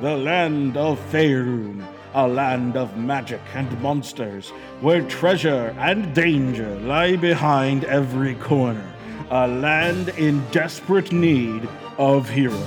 The land of Faerun, a land of magic and monsters, where treasure and danger lie behind every corner. A land in desperate need of heroes.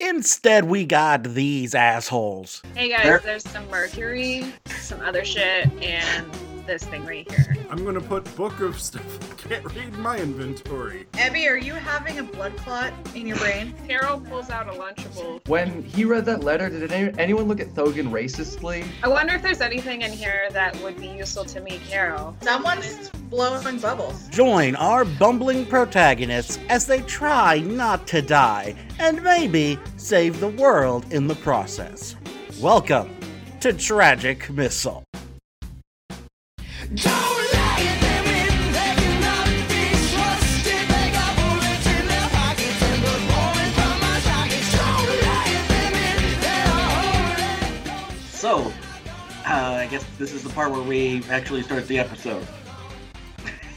Instead, we got these assholes. Hey guys, there's some mercury, some other shit, and this thing right here. I'm gonna put book of stuff. I can't read my inventory. Abby, are you having a blood clot in your brain? Carol pulls out a Lunchable. When he read that letter, did any- anyone look at Thogan racistly? I wonder if there's anything in here that would be useful to me, Carol. Someone's blowing bubbles. Join our bumbling protagonists as they try not to die and maybe save the world in the process. Welcome to Tragic Missile. So, uh, I guess this is the part where we actually start the episode.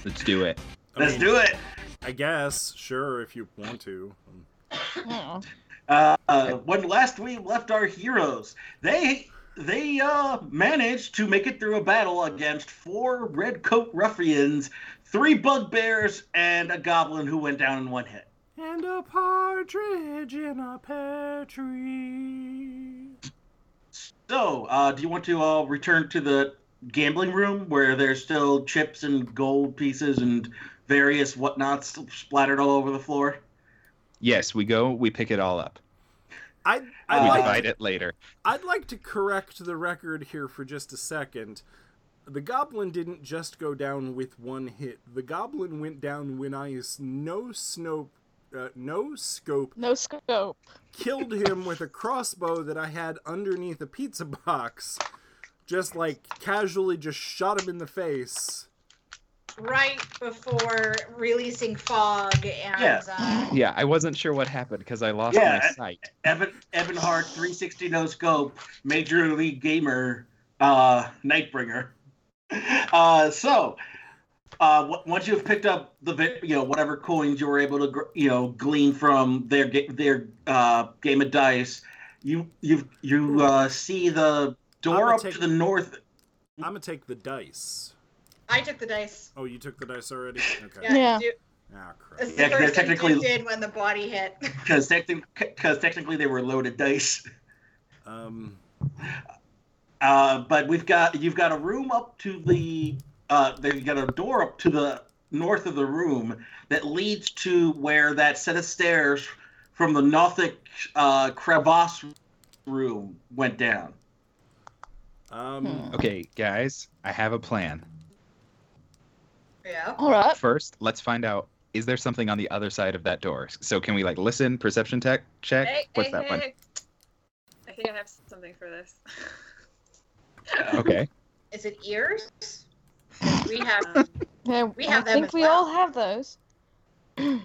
Let's do it. I Let's mean, do it. I guess, sure, if you want to. Uh, uh, when last we left our heroes, they they uh, managed to make it through a battle against four red coat ruffians, three bugbears, and a goblin who went down in one hit. And a partridge in a pear tree. So, uh, do you want to uh, return to the gambling room where there's still chips and gold pieces and various whatnots splattered all over the floor? Yes, we go. We pick it all up. I We I like divide it later. I'd like to correct the record here for just a second. The goblin didn't just go down with one hit. The goblin went down when I s- no snope, uh, no scope No scope. killed him with a crossbow that I had underneath a pizza box. Just like casually, just shot him in the face. Right before releasing fog and Yeah. uh, Yeah, I wasn't sure what happened because I lost Yeah, my I- sight. Evan Evan Hart, 360 no scope, major league gamer, uh, Nightbringer. Uh, so, uh, w- once you've picked up the vi- you know whatever coins you were able to gr- you know glean from their ga- their uh, game of dice, you you you uh, see the door I'ma up take- to the north. I'm gonna take the dice. I took the dice. Oh, you took the dice already? Okay. Yeah. Yeah. do- Ah, crap. this is Yeah, the 'cause they're first technically- thing you did when the body hit. Because technically they were loaded dice. Um, Uh, but we've got you've got a room up to the uh, they've got a door up to the north of the room that leads to where that set of stairs from the Nothic uh, crevasse room went down. um, Hmm. Okay, guys, I have a plan. yeah. All right. First, let's find out is there something on the other side of that door? So can we like listen, perception tech check? Hey, What's hey, that hey, one? hey. I think I have something for this. Okay. Is it ears? We have. Um, Yeah, We have I them think as we well. all have those. I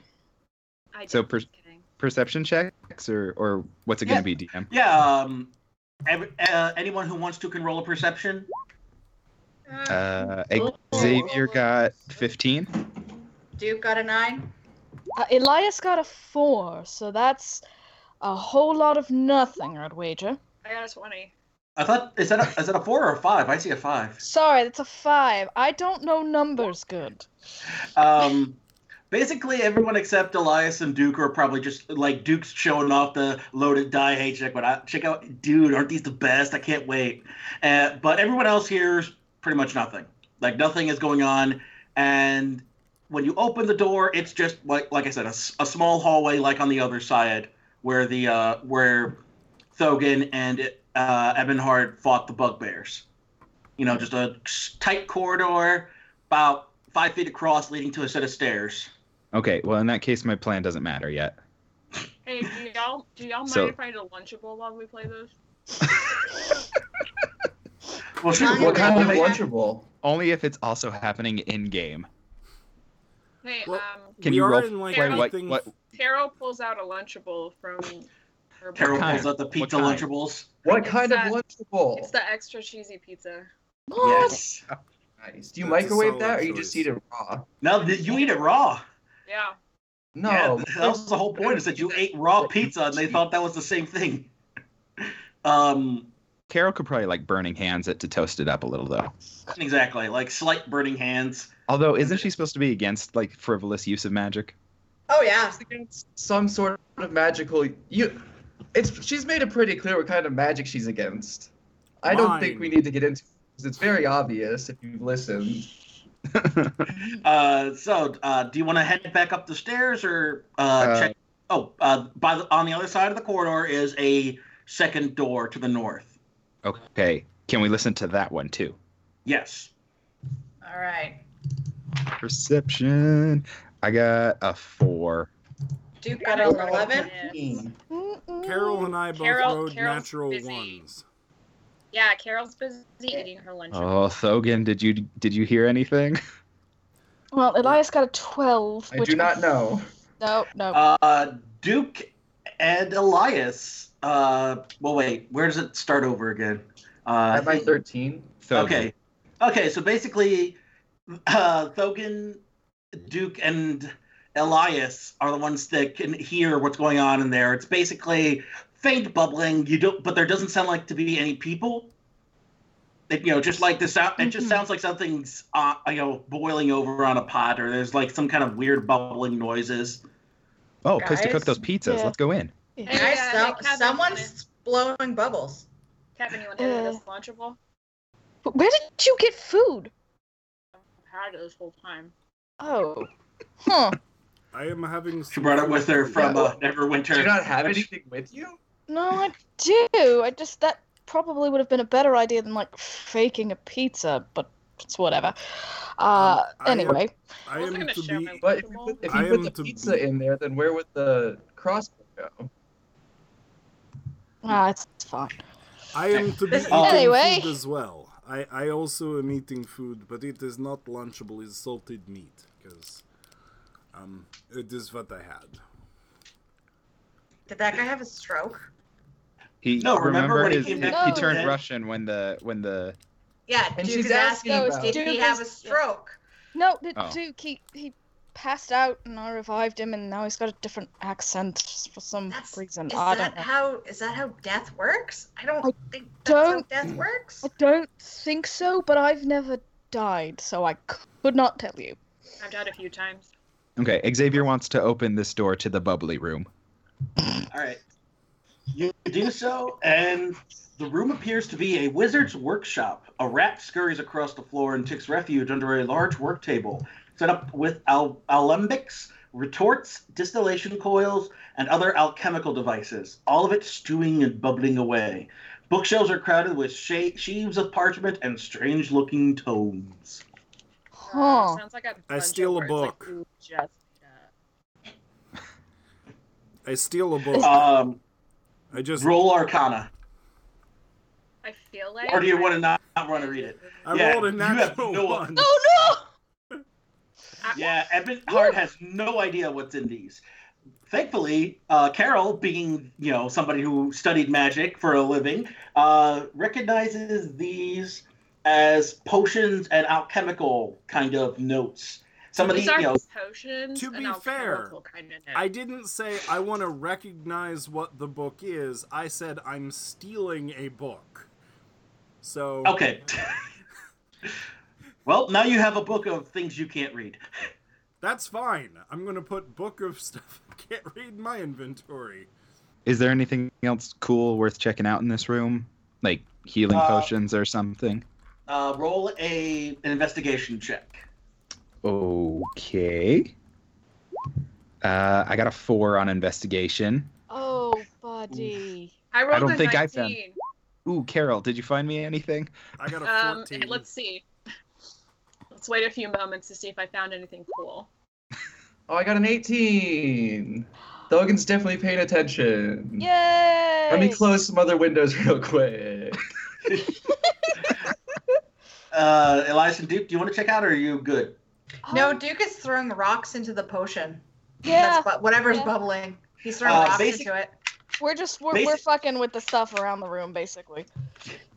So just- per- kidding. Perception checks or or what's it Yeah. gonna be, DM? Yeah. Um, ev- uh, anyone who wants to can roll a perception. Uh, Uh, Oh. Xavier got 15. Duke got a nine. Uh, Elias got a four, so that's a whole lot of nothing, I'd wager. I got a 20. I thought is that a, is that a four or a five? I see a five. Sorry, that's a five. I don't know numbers good. Um, basically, everyone except Elias and Duke are probably just like Duke's showing off the loaded die. Hey, check what I check out, dude! Aren't these the best? I can't wait. Uh, but everyone else here's pretty much nothing. Like nothing is going on, and when you open the door, it's just like like I said, a, s- a small hallway like on the other side where the uh, where Thogan and uh, Ebonhard fought the bugbears. You know, just a tight corridor, about five feet across, leading to a set of stairs. Okay, well in that case my plan doesn't matter yet. Hey, do y'all do y'all mind So- if I get a lunchable while we play this? Well, shoot, Not what What kind of kind of lunchable? Only if it's also happening in game. Hey, Well- um, Can We you are roll in, like, play what, everything- what Carol pulls out a lunchable from her. Carol bag. pulls out the pizza kind? lunchables. What It's kind that- of lunchable? It's the extra cheesy pizza. What? Yes. Nice. Do you That's a microwave solid that, or you just choice. eat it raw? Now th- you eat it raw. Yeah. No, Yeah, that was the whole point is that you ate raw pizza and they thought that was the same thing. Um, Carol could probably like burning hands it to toast it up a little though. exactly. Like slight burning hands. Although isn't she supposed to be against like frivolous use of magic? Oh yeah. some sort of magical. You, it's she's made it pretty clear what kind of magic she's against. I don't think we Mine. need to get into. it, 'cause It's very obvious if you've listened. Uh, so, uh, do you want to head back up the stairs or uh, Uh, check? Oh, uh, by the, on the other side of the corridor is a second door to the north. Okay. Can we listen to that one too? Yes. All right. Perception. I got a four. Duke got an eleven. Carol and I both Carol- rode Carol's natural busy. ones. Yeah, Carol's busy eating her lunch. Oh, Thogan, did you did you hear anything? Well, Elias got a 12. I which do not know. No, no. Uh, Duke and Elias. Uh, well, wait. Where does it start over again? Uh, At my 13, Thogan. Okay. Okay, so basically, uh, Thogan, Duke, and Elias are the ones that can hear what's going on in there. It's basically faint bubbling. You don't, but there doesn't sound like to be any people. It, you know, just like the sound, it just Mhm. sounds like something's uh, you know boiling over on a pot, or there's like some kind of weird bubbling noises. Oh, place to cook Guys? those pizzas. Yeah. Let's go in. Yeah. Guys, Yeah, so- they have someone's blowing bubbles. Kevin, you want to hit Uh. this lunchable? But where did you get food? I've had it this whole time. Oh. Huh. I am having. She brought it with her from uh, Neverwinter. do you not have anything with you? No, I do. I just that probably would have been a better idea than like faking a pizza, but it's whatever. Um, Uh, I, uh, anyway, I I was am gonna to share be. my- But if you put, if you I put am the to- pizza in there, then where would the crossbow go? ah, it's, it's fine. I am to be This- eating Anyway. food as well. I, I also am eating food, but it is not lunchable. It's salted meat because um, it is what I had. Did that guy have a stroke? He No, remember when he his, came he, back he from turned dead? Russian when the when the Yeah, And Duke she's is asking, asking about- did he Duke have a is- stroke? No, the Oh. Duke he he passed out, and I revived him, and now he's got a different accent just for some That's- reason. Is I that don't. Know. how is that how death works? I don't think that's don't- how death works. I don't think so, but I've never died, so I could not tell you. I've died a few times. Okay, Xavier wants to open this door to the bubbly room. All right. You do so, and the room appears to be a wizard's workshop. A rat scurries across the floor and takes refuge under a large work table set up with al- alembics, retorts, distillation coils, and other alchemical devices, all of it stewing and bubbling away. Bookshelves are crowded with she- sheaves of parchment and strange looking tomes. Huh. Uh, sounds like a I bunch steal of a words, like, book. ooh, just, uh, I steal a book. Um, I just roll Arcana. I feel like. Or do you want to not, not want to read it? I yeah, rolled a you have natural no- one. Oh Yeah, Edmund Hart has no idea what's in these. Thankfully, uh, Carol, being you know somebody who studied magic for a living, uh, recognizes these as potions and alchemical kind of notes. Somebody, These are you know, potions. To and be alchemical Kind of I didn't say I want to recognize what the book is. I said I'm stealing a book. So okay. well, now you have a book of things you can't read. that's fine. I'm going to put book of stuff I can't read in my inventory. Is there anything else cool worth checking out in this room? Like healing Uh, potions or something? Uh, roll a an investigation check. Okay. Uh, I got a four on investigation. no! Oh, buddy. I rolled don't a think I've 19. done. Ooh, Carol, did you find me anything? I got a Um, 14. let's see. Let's wait a few moments to see if I found anything cool. Oh, I got an 18. Thogan's definitely paying attention. Mm. Yay! Let me close some other windows real quick. Uh, Elias and Duke, do you want to check out, or are you good? No, Oh, Duke is throwing rocks into the potion. yeah, That's bu- whatever's yeah. bubbling. He's throwing Uh, rocks basic- into it. we're just we're, basi- we're fucking with the stuff around the room, basically.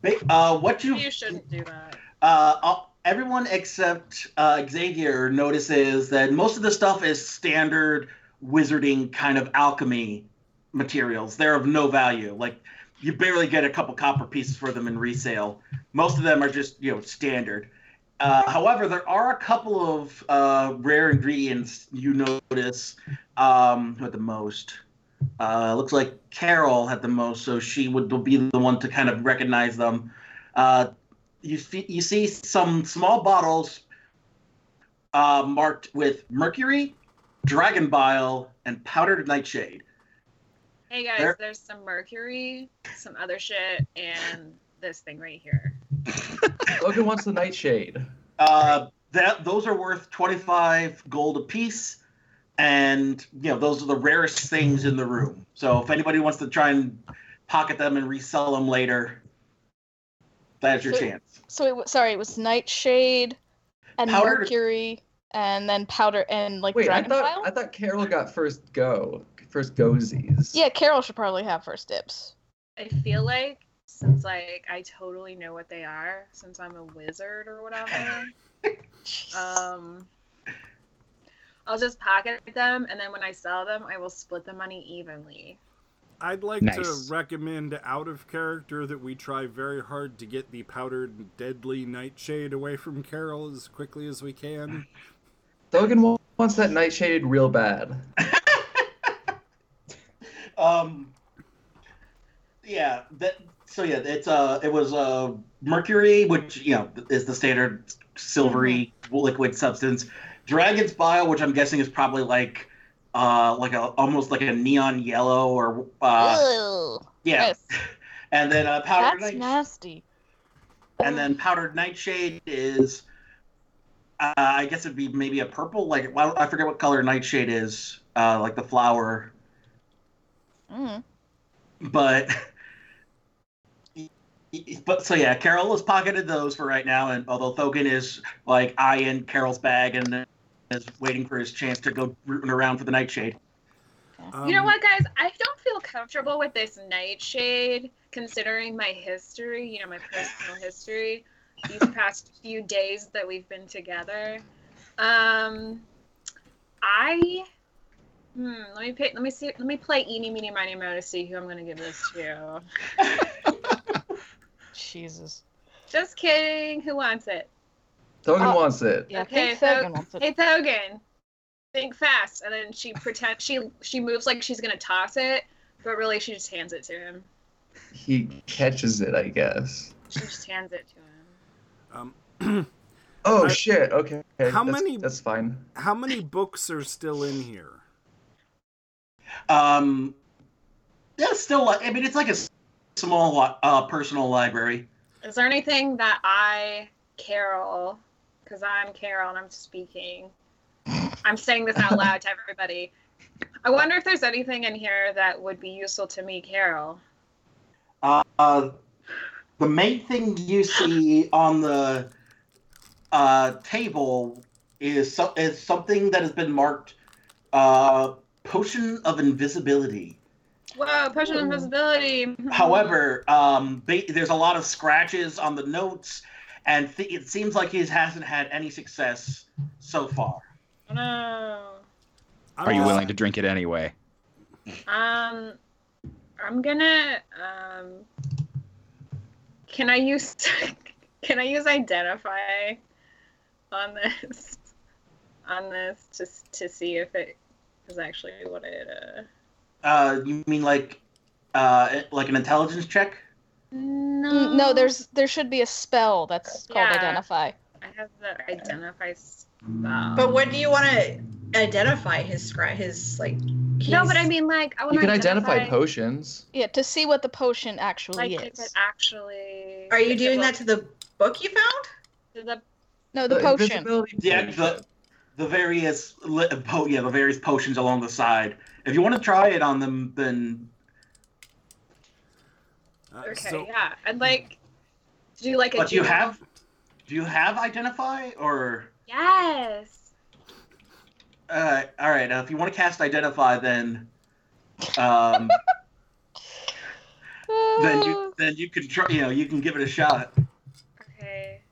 Ba- Uh, what you You shouldn't do that. Uh, all- everyone except uh, Xavier notices that most of the stuff is standard wizarding kind of alchemy materials. They're of no value. Like you barely get a couple copper pieces for them in resale. Most of them are just you know standard. Uh, however, there are a couple of uh, rare ingredients you notice um, who had the most. Uh, looks like Carol had the most, so she would be the one to kind of recognize them. Uh, you, see, you see some small bottles uh, marked with mercury, dragon bile, and powdered nightshade. Hey guys, There- there's some mercury, some other shit, and this thing right here. Logan wants the nightshade. Uh, that those are worth 25 gold apiece and you know those are the rarest things in the room so if anybody wants to try and pocket them and resell them later that's your So- chance So it, w- sorry, it was nightshade and Powder- mercury, and then powder and like Wait, I dragon thought bile. I thought Carol got first go, first gozies. Yeah, Carol should probably have first dips. I feel like since like I totally know what they are, since I'm a wizard or whatever, um, I'll just pocket them, and then when I sell them, I will split the money evenly. I'd like Nice. to recommend out of character that we try very hard to get the powdered deadly nightshade away from Carol as quickly as we can. Logan wa- wants that nightshade real bad. um yeah that so yeah it's uh it was uh mercury which you know is the standard silvery Mm-hmm. liquid substance dragon's bile which i'm guessing is probably like uh like a almost like a neon yellow or uh Ew. yeah Yes, and then uh powdered that's night- nasty. and then powdered nightshade is uh, i guess it'd be maybe a purple like well, i forget what color nightshade is uh like the flower Mm. but but so yeah, Carol has pocketed those for right now, and although Thogan is like eyeing Carol's bag and is waiting for his chance to go rooting around for the nightshade. you know Um, what, guys? I don't feel comfortable with this nightshade, considering my history. You know, my personal history. These past few days that we've been together, um, I. Hmm, let me pick, let me see let me play eeny meeny miny mo to see who I'm gonna give this to. Jesus. Just kidding. Who wants it? Logan Oh. wants it. Yeah, Okay, I think so- Thogan wants it. Hey Thogan, think fast. And then she pretend she she moves like she's gonna toss it, but really she just hands it to him. He catches it, I guess. She just hands it to him. um, Oh I- shit. Okay. How that's- many- That's fine. how many books are still in here? Um, that's still like I mean it's like a s- small li- uh, personal library. Is there anything that I, Carol, because I'm Carol and I'm speaking, I'm saying this out loud to everybody. I wonder if there's anything in here that would be useful to me, Carol. Uh, uh, the main thing you see on the uh, table is so- is something that has been marked uh, potion of invisibility. Whoa, potion of invisibility. Hmm. However, um, ba- there's a lot of scratches on the notes, and th- it seems like he hasn't had any success so far. no. I'm Are you just- willing to drink it anyway? Um, I'm gonna. Um, can I use? Can I use identify on this? On this, just to see if it is actually what it. Uh... Uh, you mean like uh, like an intelligence check? No. Mm, No, there's there should be a spell that's called Yeah. identify. I have the identify spell. But what do you want to identify his scra- his like? no, he's- but I mean, like, I want You to can identify, potions. Yeah, to see what the potion actually Like, if is. it actually. Are you if it doing will- that to the book you found? to the? No, the, potion. invisibility Yeah, the the various li- po- yeah the various potions along the side. If you want to try it on them, then uh, Okay, so- yeah, I'd like. to Do like a. but do you general- have do you have identify or Yes. uh, all right? Uh, if you want to cast identify, then um, then you then you can try. You know, you can give it a shot. Okay.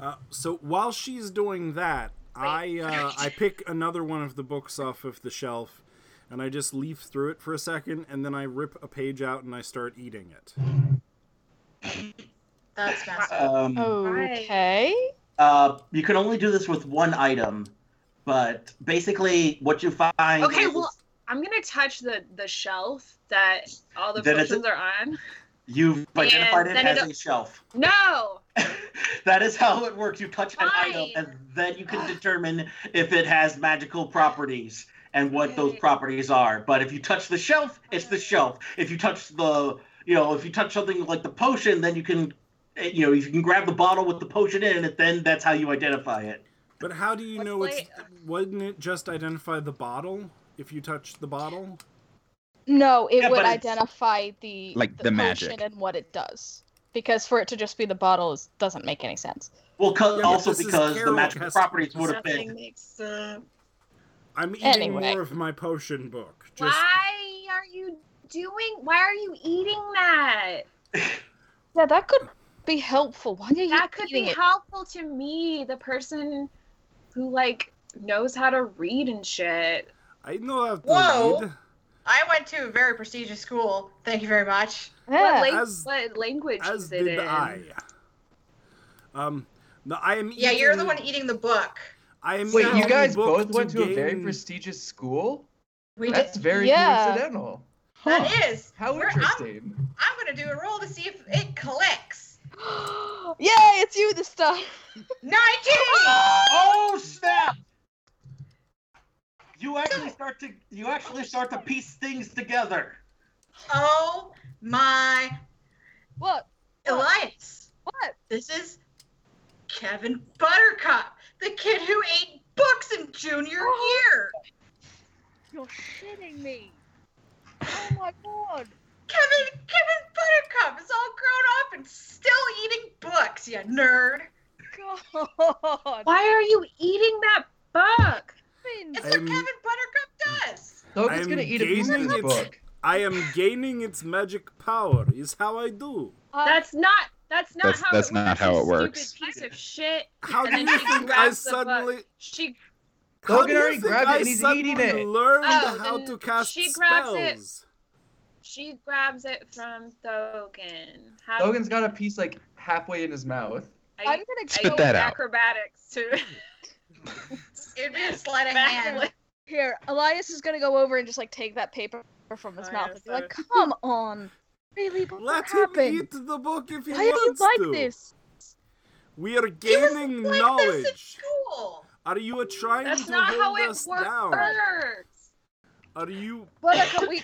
Uh, so while she's doing that, I uh, I pick another one of the books off of the shelf and I just leaf through it for a second, and then I rip a page out and I start eating it. That's messed up. Um, Oh, Okay. uh, you can only do this with one item, but basically what you find. Okay, is well, I'm gonna touch the the shelf that all the Then it's a- potions are on. You've identified it then as it'll- a shelf. No, That is how it works. You touch an item, Fine. and then you can determine if it has magical properties and what those Okay. Uh-huh. properties are. But if you touch the shelf, it's the Okay. shelf. If you touch the, you know, if you touch something like the potion, then you can, eh, you know, if you can grab the bottle with the potion in it, then that's how you identify it. But how do you Let's know it's? play- Wouldn't it just identify the bottle if you touch the bottle? No, it Yeah, would but it's- identify the Like the potion magic. and what it does. Because for it to just be the bottle is, doesn't make any sense. Well, 'cause- Yeah, but also this is because the Carol magical has- properties would have nothing been. makes uh, sense. I'm eating Anyway. more of my potion book. Just Why are you doing? Why are you eating that? Yeah, that could be helpful. Why are you That could be eating it? helpful to me, the person who like knows how to read and shit. I know how to Whoa. read. I went to a very prestigious school. Thank you very much. Yeah. What, lang- As- what language As is it did in? I. Um, no, I am. Yeah, you're the eating- one eating the book. I am. Wait, So- eating you guys book both went to a very gain- prestigious school? We did. That's very Yeah. coincidental. That is. How We're- I'm- interesting. I'm gonna do a roll to see if it clicks. Yay, it's you this time. Nineteen. Oh snap! You actually start to you actually start to piece things together. Oh my What? Elias! What? This is Kevin Buttercup, the kid who ate books in junior Oh. year. You're shitting me. Oh my god. Kevin Kevin Buttercup is all grown up and still eating books, you nerd. God. Why are you eating that book? It's Finn, what I'm- Kevin Buttercup does. Dogan's I'm gonna eat a piece gaining of this it. book. I am gaining its magic power. Is how I do. uh, That's not. That's not That's- how. that's it not works, how you it works. Stupid piece of shit. How And do then you she think I grabs the book. suddenly? She How Logan do you already think grabbed it I and he's eating suddenly it. Learned Oh, how then to cast she grabs it. spells. she grabs it from Thogan. How Logan's got a piece like halfway in his mouth. I, I'm I gonna Spit go use that out. acrobatics to It'd be a sleight of hand. back here. Elias is gonna go over and just like take that paper from his Oh, mouth yeah, and be like, sorry. "Come on, really? But Let what him happened? eat the book if he Why are you wants like to. this? We are He was gaining like knowledge. this in school. Are you a trying That's to not hold how it us works. down? Are you? But we,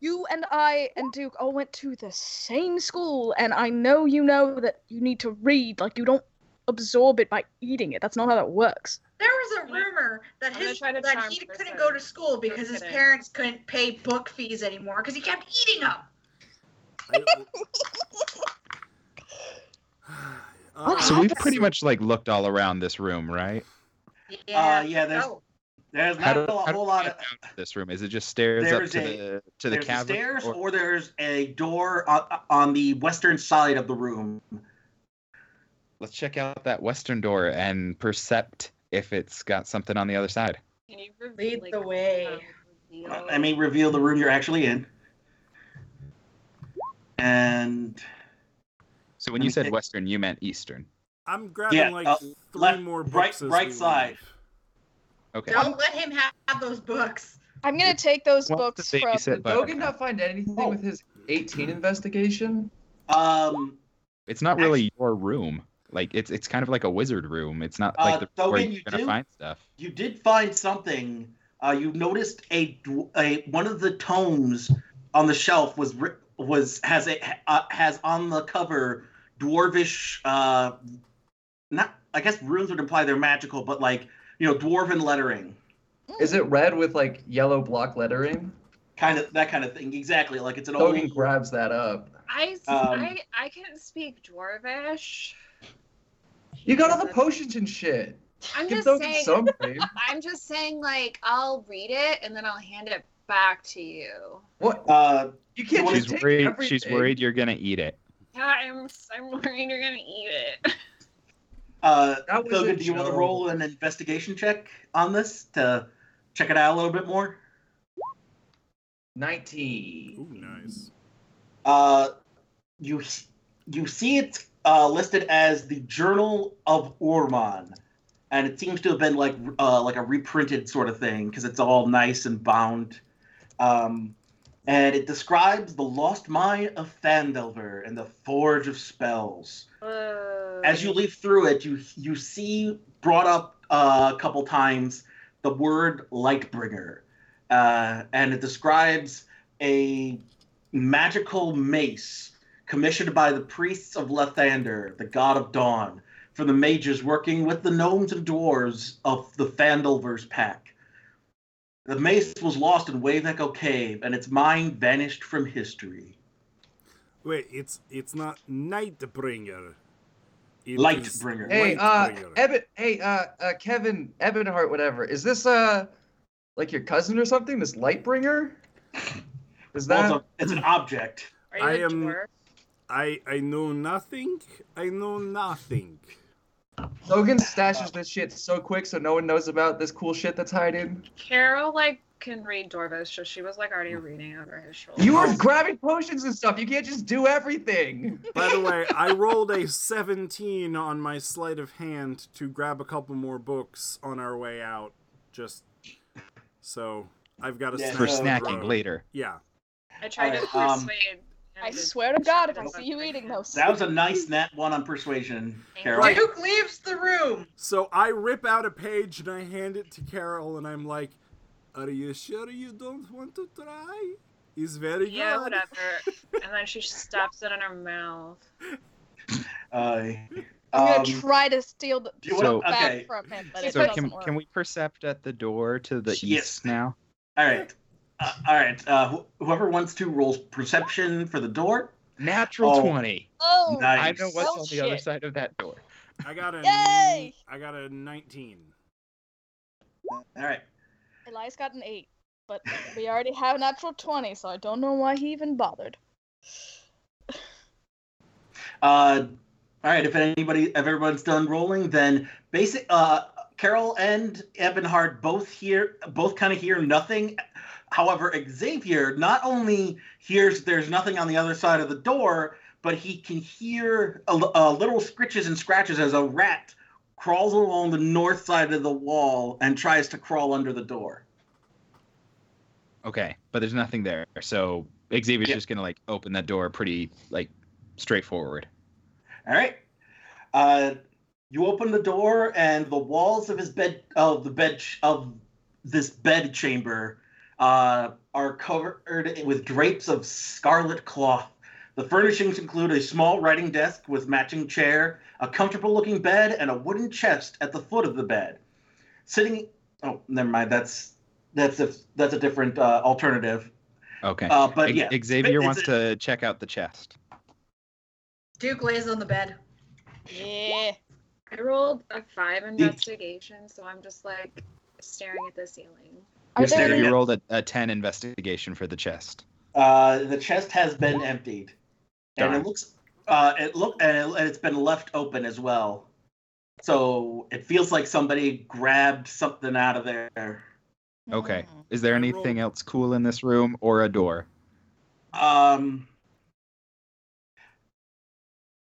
you and I and Duke all went to the same school, and I know you know that you need to read. Like you don't absorb it by eating it. That's not how that works. There was a rumor that I'm gonna his try to that charm he for a couldn't second. go to school because his kidding. parents couldn't pay book fees anymore because he kept eating Uh, them. I- Uh, So we've pretty much like looked all around this room, right? Yeah, uh, yeah there's Oh, there's How not do- a lot- how do whole we lot get of This room is it just stairs There up is to a- the to the there's cavern? stairs or- or... there's a door on, on the western side of the room. Let's check out that western door and percept if it's got something on the other side. Can you reveal, Lead like, the way. reveal- I mean, reveal the room you're actually in. And So when Let you me said think. western, you meant eastern. I'm grabbing Yeah, like uh, three left- more books. right- as right we side. leave. Okay. don't let him have, have those books. I'm gonna take Wants those to books from. babysit Did Dogan Buttercup. not find anything Oh. with his 18 investigation? um, It's not really your room. Like it's it's kind of like a wizard room. It's not Uh, like the room where Dogan, you're you gonna do- find stuff. you did find something. Uh, you noticed a, dw- a one of the tomes on the shelf was writ- was has a uh, has on the cover dwarvish. Uh, not I guess runes would imply they're magical, but like you know dwarven lettering. Mm. Is it red with like yellow block lettering? kind of that kind of thing. Exactly, like it's an old. Dogan grabs that up. I, Um, I, I can speak Dwarvish. You got all the potions and shit. I'm Give just Dogan saying. some blame. I'm just saying, like, I'll read it and then I'll hand it back to you. What? Uh, You can't She's just She's take worried. everything. She's worried you're gonna eat it. Yeah, I'm, I'm worried you're gonna eat it. uh, That was a Logan, do you want to joke. roll an investigation check on this to check it out a little bit more? 19. Ooh, nice. Uh, you you see it uh, listed as the Journal of Ormon, and it seems to have been like uh, like a reprinted sort of thing because it's all nice and bound. Um, and it describes the lost mine of Fandelver and the Forge of Spells. Whoa. As you leaf through it, you you see brought up uh, a couple times the word Lightbringer, uh, and it describes a magical mace commissioned by the priests of Lethander, the god of dawn, for the mages working with the gnomes and dwarves of the Fandelver's pack. The mace was lost in Wave Echo Cave, and its mine vanished from history. Wait, it's it's not Nightbringer. It is Lightbringer. Hey, uh, Lightbringer. Eben, hey, uh, uh, Kevin, Ebonheart, whatever. Is this uh, like your cousin or something? This Lightbringer? Is that? Well, it's, a- it's an object. Are you I a am- dwarf? I I know nothing. I know nothing. Logan stashes this shit so quick so no one knows about this cool shit that's hiding. Carol like can read Dorvish, so she was like already Hmm. reading over his shoulder. You were grabbing potions and stuff. You can't just do everything. By the way, I rolled a 17 on my sleight of hand to grab a couple more books on our way out. Just so I've got a Yeah, snack for no, on the snacking road. later. Yeah. I tried to Alright, um, persuade. him I to swear to God, if I shut up. see you eating those. That was a nice nat one on persuasion, Carol. Right. Duke leaves the room. So I rip out a page and I hand it to Carol and I'm like, "Are you sure you don't want to try?" Is very Yeah, good. whatever. and then she stuffs it in her mouth. Uh, I'm um, gonna try to steal the do you So- want, back okay. from him, but it So doesn't can work. can we percept at the door to the Yes. east now? All right. Uh, all right. Uh, wh- whoever wants to rolls perception for the door. Natural Oh. twenty. Oh, Nice. I know what's Oh, on the other shit. side of that door. I got a Yay! I got a 19. All right. Elias got an eight, but we already have a natural twenty, so I don't know why he even bothered. Uh, all right. If anybody, if everyone's done rolling, then basic. Uh, Carol and Ebonhard both hear, both kind of hear nothing. However, Xavier not only hears there's nothing on the other side of the door, but he can hear a, l- a little scritches and scratches as a rat crawls along the north side of the wall and tries to crawl under the door. Okay, but there's nothing there. So Xavier's Yeah. just gonna like open that door pretty like straightforward. All right. Uh, you open the door, and the walls of his bed, of the bed, ch- of this bed chamber, uh, are covered with drapes of scarlet cloth. The furnishings include a small writing desk with matching chair, a comfortable-looking bed, and a wooden chest at the foot of the bed. Sitting. Oh, never mind. That's that's a that's a different uh, alternative. Okay. Uh, but yeah, X- Xavier it's wants a- to check out the chest. Duke lays on the bed. Yeah. I rolled a five The- investigation, so I'm just like staring at the ceiling. Are So there staring you any, at- rolled a, a ten investigation for the chest. Uh, the chest has been emptied, and Darn. it looks uh, it look and, it, and it's been left open as well. So it feels like somebody grabbed something out of there. Okay. Is there I anything rolled- else cool in this room or a door? Um.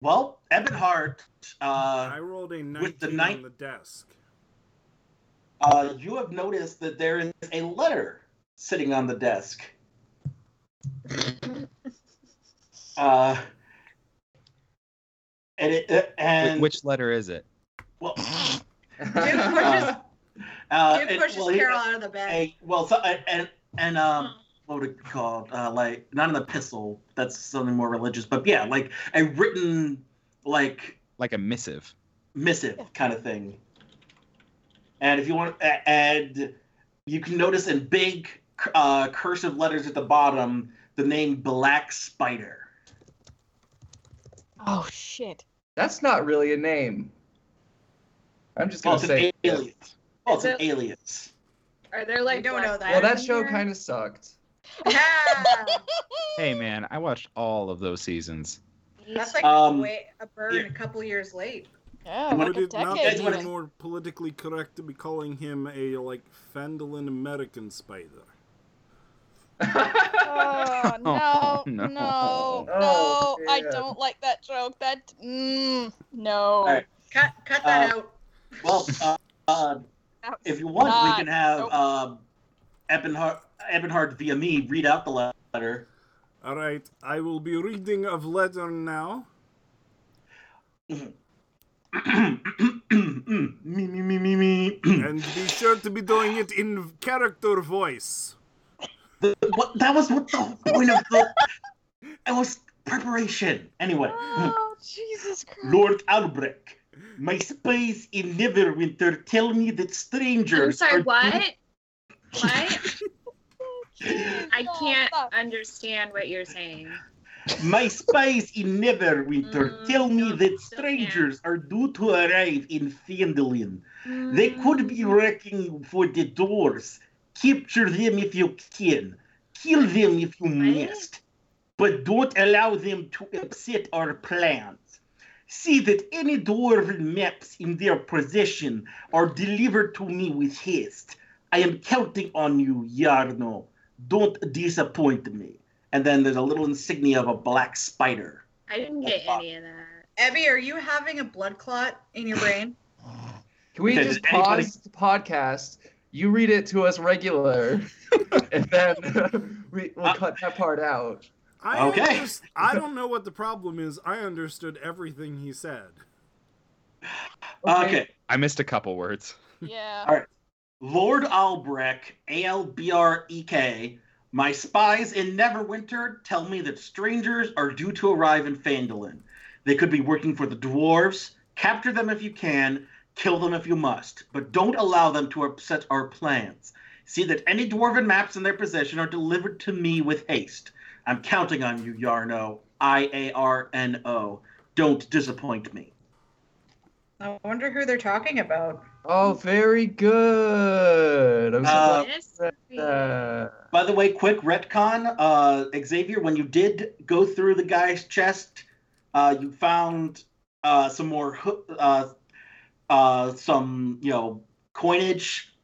Well, Ebonhart, uh, I rolled a 19 with the on nine- the desk. uh, you have noticed that there is a letter sitting on the desk. uh, and it, uh, Wh- and Which letter is it? well, Duke pushes, uh, uh, Duke it- pushes well, he- Carol out of the bed. a well so, a- and and um what would it called uh like not an epistle that's something more religious but yeah like a written like Like a missive. missive kind of thing and if you want a- and you can notice in big uh cursive letters at the bottom the name black spider Oh shit. That's not really a name. I'm just well gonna it's say. an alias well it's Is an alias Are there like don't black know that. Well, that spiders in show here? kind of sucked. Yeah. Hey man, I watched all of those seasons. That's like Um, way, a bird yeah. a couple years late. Yeah, Would like a it not be decade. That's what I- even. more politically correct to be calling him a like Fendelin American spider? Oh, no, no, no. no. Oh, I man. don't like that joke. That. Mm, no. right. Cut, cut that Uh, out. Well, uh, uh, That was if you want, not- we can have Nope. um, Ebenhard, Ebenhard via me read out the letter. All right, I will be reading of letter now. me, me, me, me, me. and be sure to be doing it in character voice. What, that was what the point of the. It was preparation. Anyway, Ah. Oh, Jesus Christ. Lord Albrecht, my spies in Neverwinter tell me that strangers. I'm sorry, are- what? What? I Oh, Stop, can't stop. understand what you're saying. My spies in Neverwinter Mm, tell me no, that still strangers are due to arrive in Fandolin. They could be Hmm. wrecking for the doors. Capture them if you can. Kill them if you Right? must. But don't allow them to upset our plans. See that any dwarven maps in their possession are delivered to me with haste. I am counting on you, Yarno. Don't disappoint me. And then there's a little insignia of a black spider. I didn't get any of that. Abby, are you having a blood clot in your brain? Can we Okay, just does anybody- pause the podcast? You read it to us regular, and then we, we'll Uh, cut that part out. I Okay. underst- I don't know what the problem is. I understood everything he said. Okay. I missed a couple words. Yeah. Lord Albrecht, A L B R E K. My spies in Neverwinter tell me that strangers are due to arrive in Phandalin. They could be working for the dwarves. Capture them if you can, kill them if you must, but don't allow them to upset our plans. See that any dwarven maps in their possession are delivered to me with haste. I'm counting on you, Yarno. I A R N O. Don't disappoint me. I wonder who they're talking about. Oh, very good. I'm so Uh, glad This that, would be- uh, By the way, quick retcon, uh, Xavier, when you did go through the guy's chest, uh, you found uh, some more, hoo- uh, uh, some you know coinage,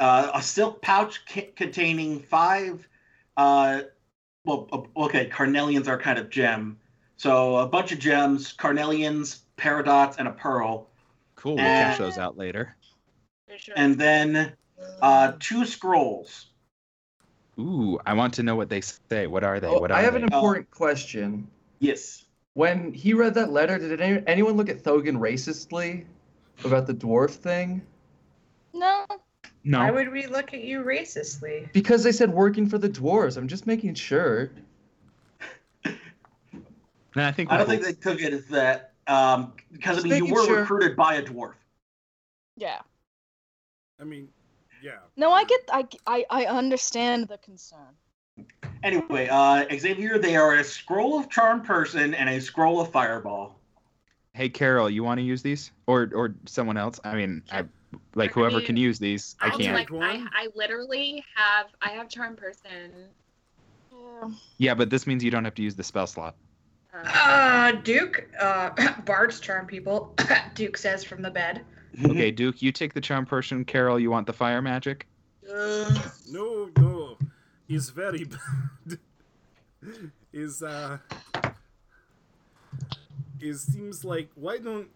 uh, a silk pouch c- containing five. Uh, well, o- okay, carnelians are kind of gem, so a bunch of gems, carnelians, paradots, and a pearl, Cool. We'll cash Uh, those out later. for sure. and then uh, two scrolls. Ooh, I want to know what they say. What are they? oh, What are I have they? an important question. Yes. When he read that letter, did any, anyone look at Thogan racistly about the dwarf thing? No. no. Why would we look at you racistly? Because they said working for the dwarves. I'm just making sure. Nah, I think. I we're don't think cool. they took it as that um, because I Just mean you making were sure. recruited by a dwarf. Yeah. I mean, yeah. No, I get. I, I, I understand the concern. Anyway, uh, Xavier, they are a scroll of charm person and a scroll of fireball. Hey, Carol, you want to use these, or or someone else? I mean, I like Or can whoever you- can use these. I I'm I'll do can't. Like, I, One? I literally have I have charm person. Yeah. Yeah, but this means you don't have to use the spell slot. Uh, Uh, Duke, uh, Bard's charm people, Duke says from the bed. Okay, Duke, you take the charm person. Carol, you want the fire magic? No, no. Is very bad. Is uh is seems like why don't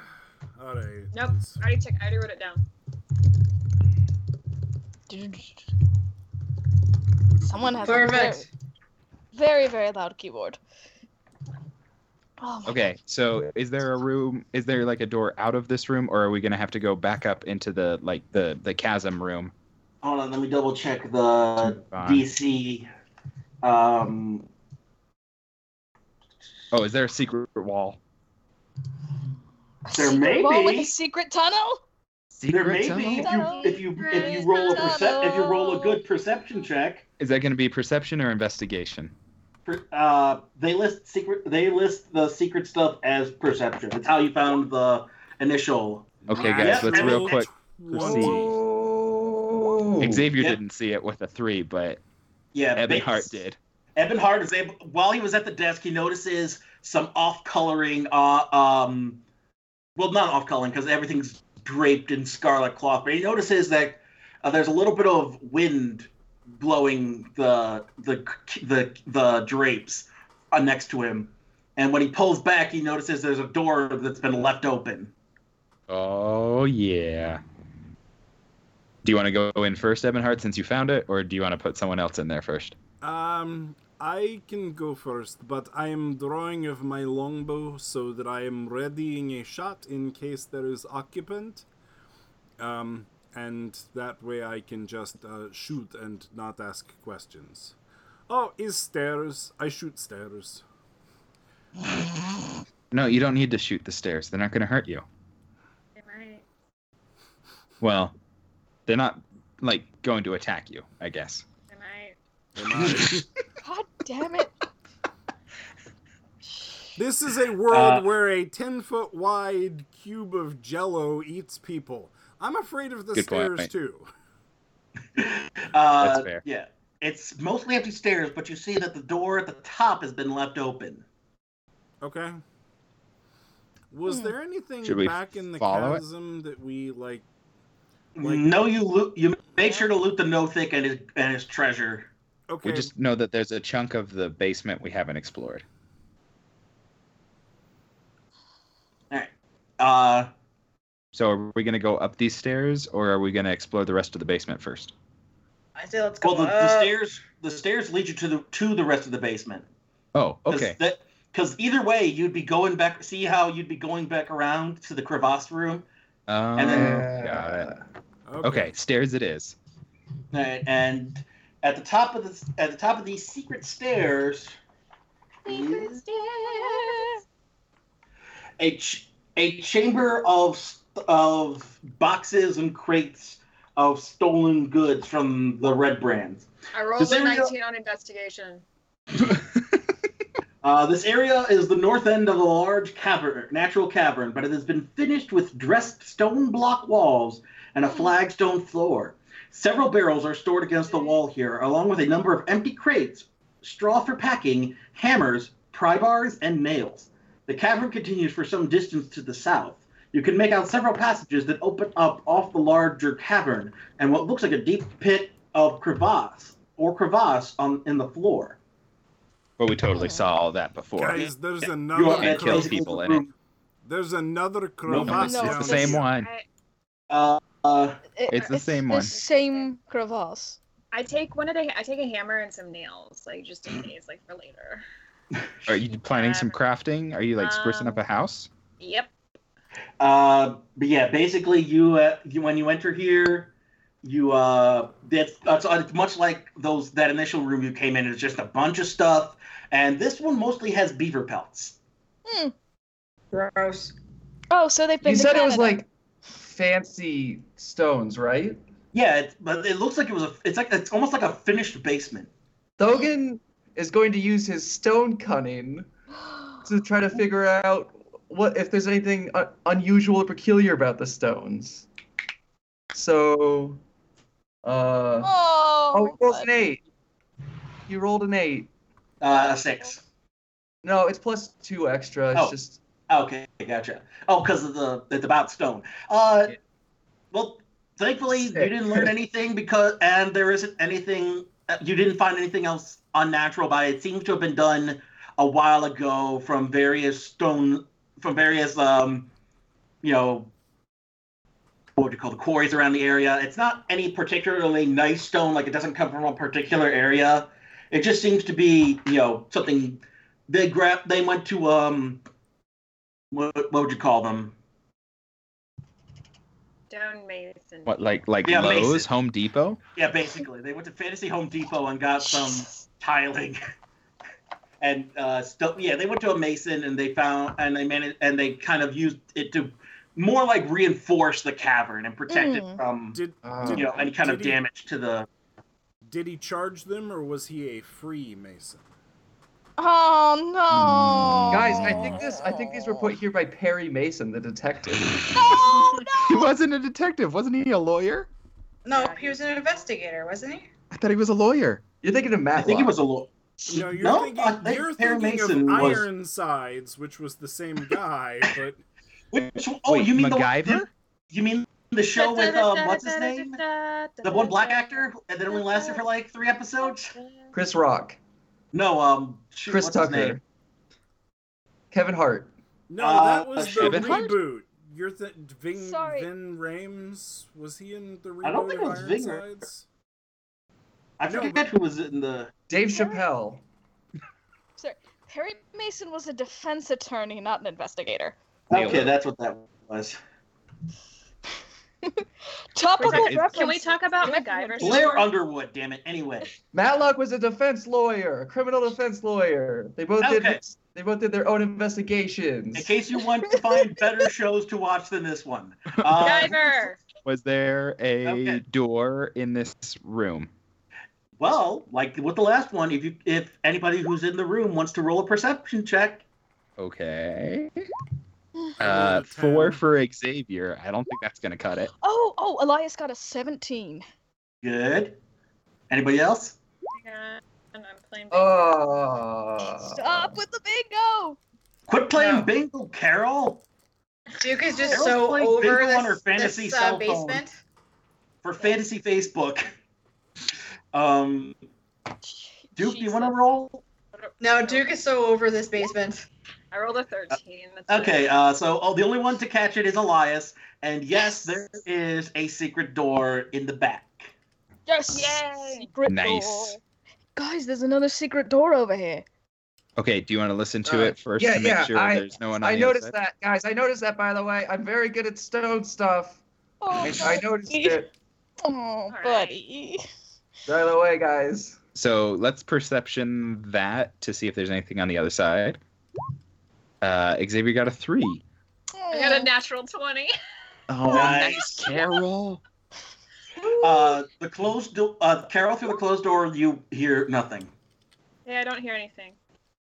all right. nope. I already took I already wrote it down. Someone has Perfect. a very, very, very loud keyboard. Oh my Okay, so is there a room? Is there like a door out of this room, or are we gonna have to go back up into the like the the chasm room? Hold on, let me double check the Fine. DC. Um, Oh, is there a secret wall? A There secret may wall with be. a secret tunnel? there may be tunnel? if you if you if you roll a percep- if you roll a good perception check. Is that gonna be perception or investigation? per- Uh, they list secret. They list the secret stuff as perception. It's how you found the initial. Okay, Wow. guys, Yeah, let's real roll quick. one. See. Oh. Xavier Yep. didn't see it with a three, but Yeah, Ebon base- Hart did. Eben Hart is able while he was at the desk, he notices some off coloring. Uh, um, well, not off coloring because everything's draped in scarlet cloth, but he notices that uh, there's a little bit of wind blowing the the the the drapes uh, next to him. And when he pulls back, he notices there's a door that's been left open. Oh yeah. Do you want to go in first, Ebonheart, since you found it, or do you want to put someone else in there first? Um, I can go first, but I am drawing of my longbow so that I am readying a shot in case there is occupant. Um, and that way I can just uh, shoot and not ask questions. Oh, is stairs? I shoot stairs. No, you don't need to shoot the stairs. They're not going to hurt you. Am I- Well, they're not like going to attack you, I guess. am I- Am I- God damn it. this is a world Uh, where a ten foot wide cube of Jello eats people. I'm afraid of the Good stairs point. too. Uh, That's fair. Yeah. It's mostly empty stairs, but you see that the door at the top has been left open. Okay. Was Hmm. there anything Should we back in the follow it? chasm that we like? Like- No, you loot. You make sure to loot the no thick and his and his treasure. Okay, We just know that there's a chunk of the basement we haven't explored. Uh, So are we gonna go up these stairs, or are we gonna explore the rest of the basement first? I say let's go Uh, well, the, the up. stairs the stairs lead you to the to the rest of the basement. Oh, okay. Because either way, you'd be going back. See how you'd be going back around to the crevasse room, Oh, and then- got it. Okay, stairs it is. right? And at the top of the at the top of these secret stairs Secret stairs. a, ch- a chamber of st- of boxes and crates of stolen goods from the red brands. I rolled a there we go. 19 on investigation. Uh, this area is the north end of a large cavern, natural cavern, but it has been finished with dressed stone block walls and a flagstone floor. Several barrels are stored against the wall here, along with a number of empty crates, straw for packing, hammers, pry bars, and nails. The cavern continues for some distance to the south. You can make out several passages that open up off the larger cavern and what looks like a deep pit of crevasse or crevasse on in the floor. But we totally saw all that before. guys, there's Yeah. You are another. can't at kill crevasse- basically people the in it. room There's another Nope, crevasse. No, it's down the same there. one. I, Uh, uh, It- It's the same one. The same crevasse. I take one of the I take a hammer and some nails, like just in case, like for later. Are you planning some crafting? Are you like sprucing up a house? Um, Yep. uh, but yeah, basically, you, uh, you when you enter here, you uh, that's uh, so it's much like those that initial room you came in. It's just a bunch of stuff, and this one mostly has beaver pelts. Gross. Oh, so they've been You to said it was Canada. like fancy stones, right? Yeah, it, but it looks like it was a. It's like it's almost like a finished basement. Thogan is going to use his stone cunning to try to figure out what if there's anything uh, unusual or peculiar about the stones. So, uh, oh, he Oh, rolls an eight. He rolled an eight. Uh, a six. No, it's plus two extra. It's Oh. just Okay, gotcha. Oh, because of the it's about stone. Uh, well, thankfully you Sick. didn't learn anything because, and there isn't anything uh, you didn't find anything else unnatural. But it seems to have been done a while ago from various stone from various um, you know, what do you call the quarries around the area. It's not any particularly nice stone. Like it doesn't come from a particular area. It just seems to be you know something they grab. They went to um what, what would you call them? Down Mason. What like like Yeah, Lowe's, Mason. Home Depot? Yeah, basically, they went to Fantasy Home Depot and got um, some tiling, and uh, stuff. Yeah, they went to a mason and they found and they managed and they kind of used it to more like reinforce the cavern and protect Mm. it from Did uh, you know any kind of Did he- damage to the. did he charge them or was he a free mason? Oh Hmm. no. guys. I think this. I think these were put here by Perry Mason, the detective. Oh, No, He wasn't a detective, wasn't he? A lawyer? No, he was an investigator, wasn't he? I thought he was a lawyer. You're thinking of Matlock. I think it was a law. No, you're No, thinking, I think you're Perry thinking Mason of was- Ironsides, which was the same guy, but Which, oh, Wait, you mean the one- MacGyver? you mean the show with um, what's his name? The one black actor that only lasted for like three episodes. Chris Rock, No, um, shoot, Chris what's his name? Tucker, Kevin Hart. No, Uh, that was the Kevin Hart? reboot. You're the Ving Sorry. Vin Rames was he in the reboot? I don't think of it was Ving Ra- Ironsides? I No, forget but- who was in the. Dave Chappelle. Sorry. Perry Mason was a defense attorney, not an investigator. Nailed Okay, it. that's what that was. Topical Wait, is- reference. Can we talk about Good MacGyver? one. Blair uh, Underwood, damn it. Anyway, Matlock was a defense lawyer, a criminal defense lawyer. They both Okay. did. They both did their own investigations. in case you want to find better shows to watch than this one, uh, Diver. Was there a Okay. door in this room? well, like with the last one, if you if anybody who's in the room wants to roll a perception check, Okay. Roll Uh, a four 10. for Xavier. I don't think that's gonna cut it. Oh, oh, Elias got a 17. good. Anybody else? Yeah, And I'm playing. Oh, Uh, Stop with the bingo! Quit playing No. Bingo Carol Duke is just Carol's so playing over bingo this, on her fantasy this, cell uh, phone. basement. for Fantasy Facebook. Um, Duke, do you want to Jesus. roll? No, Duke is so over this basement. I rolled a 13. That's Okay, it. uh, so oh, the only one to catch it is Elias, and yes, there is a secret door in the back. Yes! Yay. Secret Nice. door. Guys, there's another secret door over here. Okay, do you want to listen to Uh, it first yeah, to make yeah, sure I- there's no one on I the noticed other side? that, guys. I noticed that, by the way. I'm very good at stone stuff. Oh, I, I noticed it. Oh, right. buddy. By the way, guys. So let's perception that to see if there's anything on the other side. Uh, Xavier got a three. I got a natural 20. Oh, Nice. Carol. Oh. Uh, the closed door. Uh, Carol through the closed door. You hear nothing. Yeah, I don't hear anything.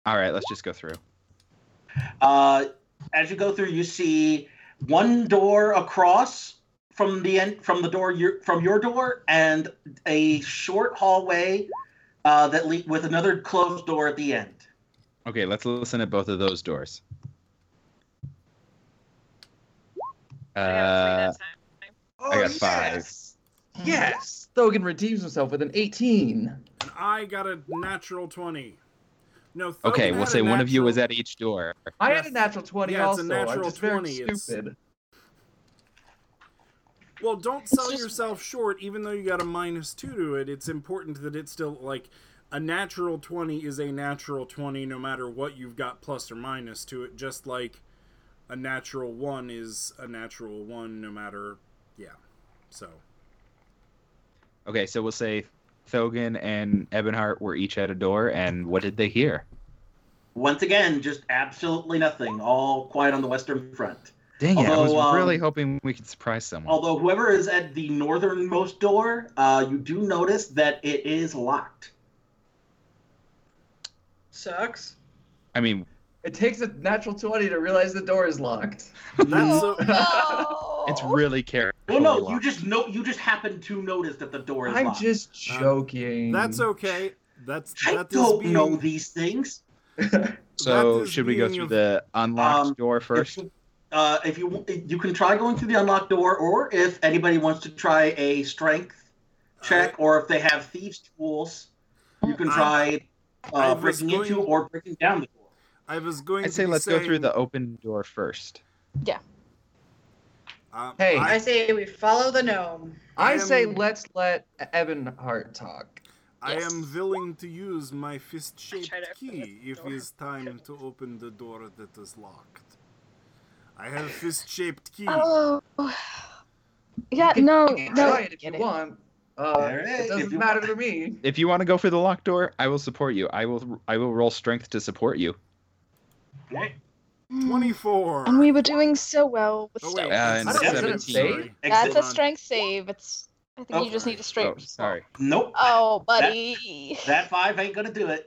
All right, let's just go through. Uh, as you go through, you see one door across from the end from the door your, from your door, and a short hallway uh, that lead with another closed door at the end. Okay, let's listen at both of those doors. I got a 3 Uh, that time. Oh, got five. Yes. yes. Mm-hmm. Thogan redeems himself with an 18. And I got a natural twenty. No. Thogan okay, had we'll Oh, a say one of you was natural- at each door. I Yeah. had a natural 20 Yeah, it's a also. I'm natural just very 20, it's- stupid. Well, don't sell just- yourself short, even though you got a minus two to it. It's important that it's still like a natural 20 is a natural 20 no matter what you've got plus or minus to it, just like a natural one is a natural one no matter. Yeah. So, Okay, so we'll say Thogan and Ebonheart were each at a door, and what did they hear? Once again, just absolutely nothing. All quiet on the Western Front. Dang it, I Although, was um, really hoping we could surprise someone. Although whoever is at the northernmost door, uh, you do notice that it is locked. Sucks. I mean, It takes a natural 20 to realize the door is locked. that's a, Oh, it's really Carol. Well, no, you just know. You just happen to notice that the door is I'm locked. just Um, Mm. joking. that's okay. That's I that is don't being know these things. So is should we go being through a- the unlocked Um, door first? If you- uh, if you you can try going through the unlocked door, or if anybody wants to try a strength check, or if they have thieves' tools, you can I- try I uh, was breaking into going- or breaking down the door. I was going I'd to say be let's go through saying, the open door first. um, Hey, I- I say we follow the gnome. I say am- let's let Evan Hart talk. I Yes. am willing to use my fist shaped I tried to open key the if door. it's time to open the door that is locked. I have fist shaped key. Oh. Yeah, can- no, You can no. try it if you want. Uh, Alright, it if doesn't you matter to me. If you want to go for the locked door, I will support you. I will. I will roll strength to support you. Mm. 24. And we were doing so well with Oh, stealth. wait, Uh, Oh, that's and not- that's not 17. sorry. That's a Exit- strength save. It's. I think Oh, you just need a straight. Oh, sorry. Nope. Oh, buddy. That five ain't gonna do it.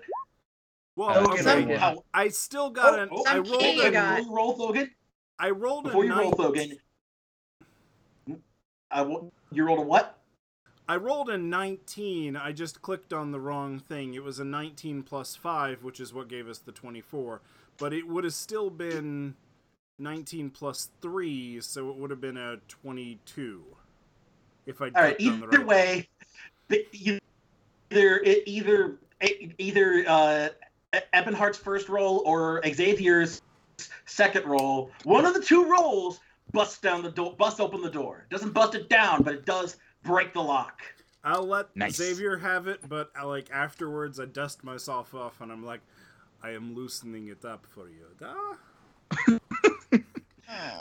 Well, Okay, some- yeah. How- I still got an. Oh, I I'm rolled kidding, a. you guys. Before you roll, Thogan. I rolled Before a you roll, 19. Thogan. I w- you rolled a what? I rolled a 19. I just clicked on the wrong thing. It was a 19 plus 5, which is what gave us the 24. But it would have still been 19 plus 3, so it would have been a 22. If I All right. typed on Either the right way, but you- either it, either e- either uh, E- Ebonheart's first roll or Xavier's second roll, one of the two rolls busts down the door, busts open the door. Doesn't bust it down, but it does break the lock. I'll let Nice. Xavier have it, but I, like afterwards, I dust myself off and I'm like, I am loosening it up for you. Ah.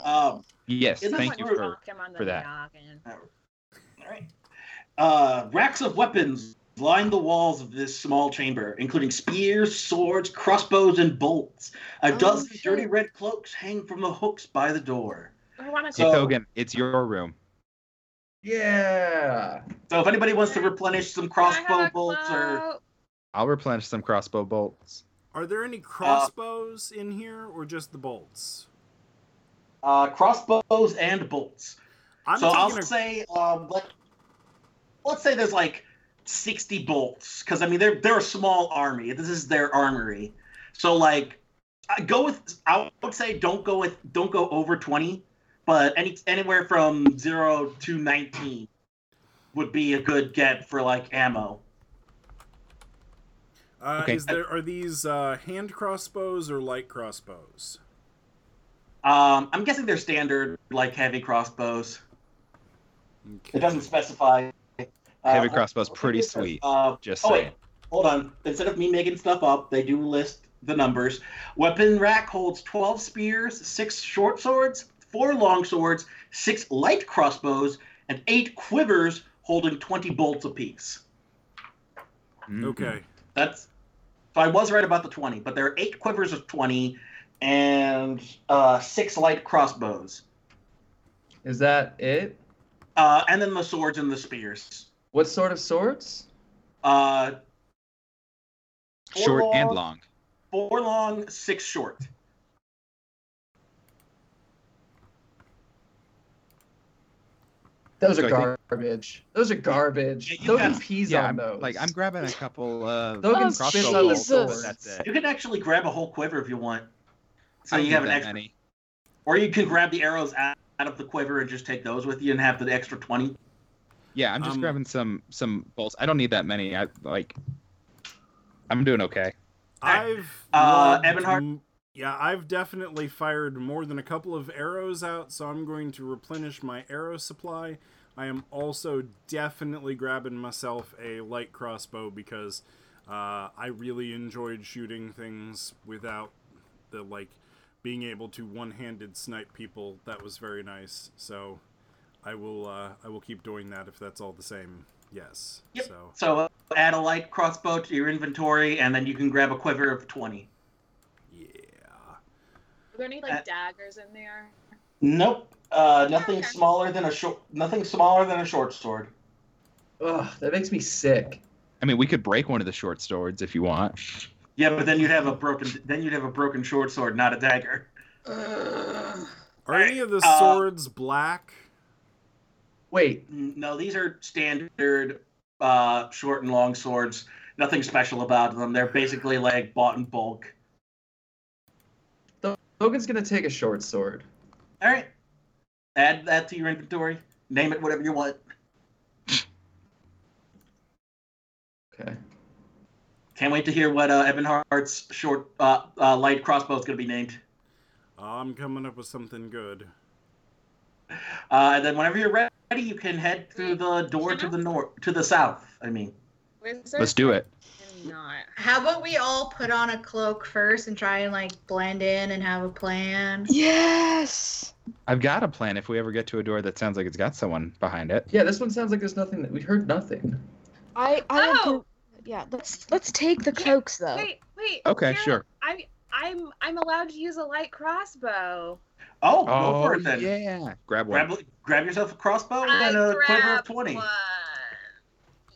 Um, Yes, Isn't thank that you what for. Knock him on the for that. noggin. All right. Uh, racks of weapons line the walls of this small chamber, including spears, swords, crossbows, and bolts. A Oh, dozen shit. dirty red cloaks hang from the hooks by the door. I want to So- Hey, Kogan, it's your room. Yeah. So if anybody wants to replenish some crossbow bolts or I'll replenish some crossbow bolts. Are there any crossbows in here or just the bolts? uh, crossbows and bolts. I'm so I'll taking a- say, um, let, let's say there's like 60 bolts, because I mean they're they're a small army. This is their armory. So like, I go with I would say don't go with don't go over 20, but any anywhere from zero to 19 would be a good get for like ammo. Uh, Okay. Is there are these uh, hand crossbows or light crossbows? Um, I'm guessing they're standard like heavy crossbows. Okay. It doesn't specify. Uh, Heavy crossbow's pretty uh, sweet. Uh, Just Oh, saying. wait. Hold on. Instead of me making stuff up, they do list the numbers. Weapon rack holds 12 spears, 6 short swords, 4 long swords, 6 light crossbows, and 8 quivers holding 20 bolts apiece. Mhm. Okay. That's. So I was right about the 20, but there are 8 quivers of 20 and uh, 6 light crossbows. Is that it? Uh, and then the swords and the spears. What sort of swords? Uh, Short and long. long. Four long, six short. Those So are I think- garbage. Those are garbage. Yeah, you Throw got- some peas yeah, on I'm, those. like I'm grabbing a couple of Those Oh, can spit crossbow on the bolts, but Jesus. swords. that's it. You can actually grab a whole quiver if you want. So I don't you have need an that extra, many. or you can grab the arrows out, out of the quiver and just take those with you and have the extra twenty. Yeah, I'm just Um, grabbing some some bolts. I don't need that many. I like. I'm doing okay. I've Uh, lobbed Ebonheart? m- Yeah, I've definitely fired more than a couple of arrows out, so I'm going to replenish my arrow supply. I am also definitely grabbing myself a light crossbow because uh, I really enjoyed shooting things without the like being able to one-handed snipe people. That was very nice. So I will uh, I will keep doing that if that's all the same. Yes. Yep. So So uh, add a light crossbow to your inventory, and then you can grab a quiver of twenty. yeah. Are there any like Uh, daggers in there? Nope, uh, nothing Okay. smaller than a short, nothing smaller than a short sword. Ugh, that makes me sick. I mean, we could break one of the short swords if you want. Yeah, but then you'd have a broken, then you'd have a broken short sword, not a dagger. Are any of the Uh, swords black? Wait, Mm, No, these are standard uh, short and long swords. Nothing special about them. They're basically like bought in bulk. Logan's gonna take a short sword. All right. Add that to your inventory. Name it whatever you want. Okay. Can't wait to hear what uh, Evan Hart's short uh, uh, light crossbow is going to be named. I'm coming up with something good. Uh, and then whenever you're ready, you can head through the door to the north, to the south. I mean, Wizards Let's do it. and Not. How about we all put on a cloak first and try and like blend in and have a plan? Yes. I've got a plan. If we ever get to a door that sounds like it's got someone behind it, Yeah, this one sounds like there's nothing that we heard nothing. I. I Oh! agree- Yeah. Let's let's take the Yeah, cloaks Oh. though. Wait, wait. okay, Carol, sure. I, I'm, I'm allowed to use a light crossbow. oh, go Oh for it then. yeah, grab one. Grab, grab yourself a crossbow I and a quiver of grabbed 20. one.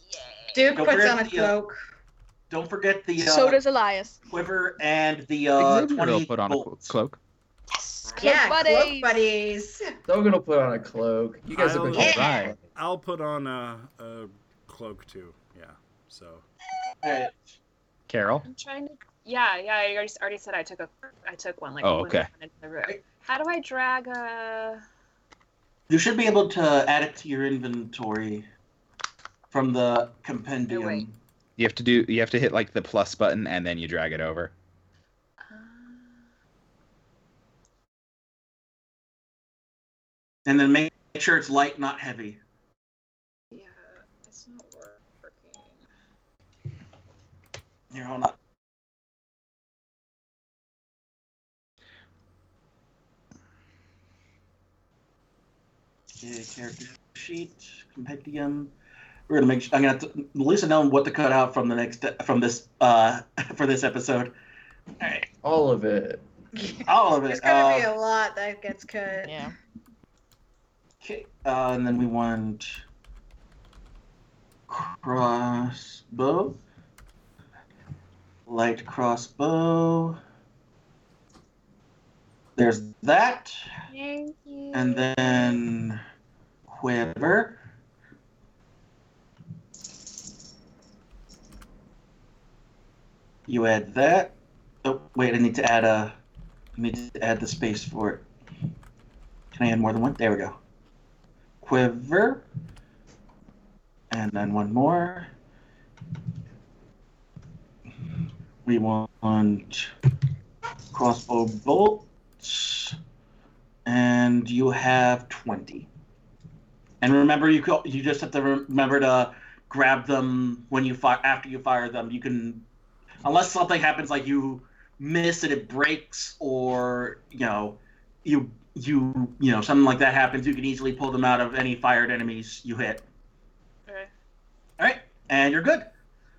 Yay. Duke Go puts grab on a the, uh, cloak. Don't forget the uh, So does Elias. quiver and the uh, Xavier will 20 put on bolts. a clo- cloak. Yes. Cloak yeah, buddies. cloak buddies. Logan will put on a cloak. You guys are I'll- going Yeah. Right. I'll put on a, a cloak too. Yeah. So All right. Carol, I'm trying to. Yeah, yeah. I already, already said I took a, I took one like. Oh, one okay. into the room. How do I drag a? You should be able to add it to your inventory from the compendium. Oh, wait. You have to do. You have to hit like the plus button and then you drag it over. And then make sure it's light, not heavy. Yeah, it's not working. Here, hold on. Yeah, character sheet, compendium. We're gonna make. I'm gonna have to, Melissa know what to cut out from the next from this uh for this episode. All right, All of it. all of it. There's gonna be uh, a lot that gets cut. Yeah. Okay, uh, and then we want crossbow, light crossbow. There's that, Thank you. and then quiver. You add that. Oh wait, I need to add a. I need to add the space for it. Can I add more than one? There we go. Quiver. And then one more. We want crossbow bolts. And you have 20. And remember, you co- you just have to remember to grab them when you fire after you fire them. You can, unless something happens like you miss and it breaks, or you know, you you you know something like that happens, you can easily pull them out of any fired enemies you hit. Okay. All right, and you're good.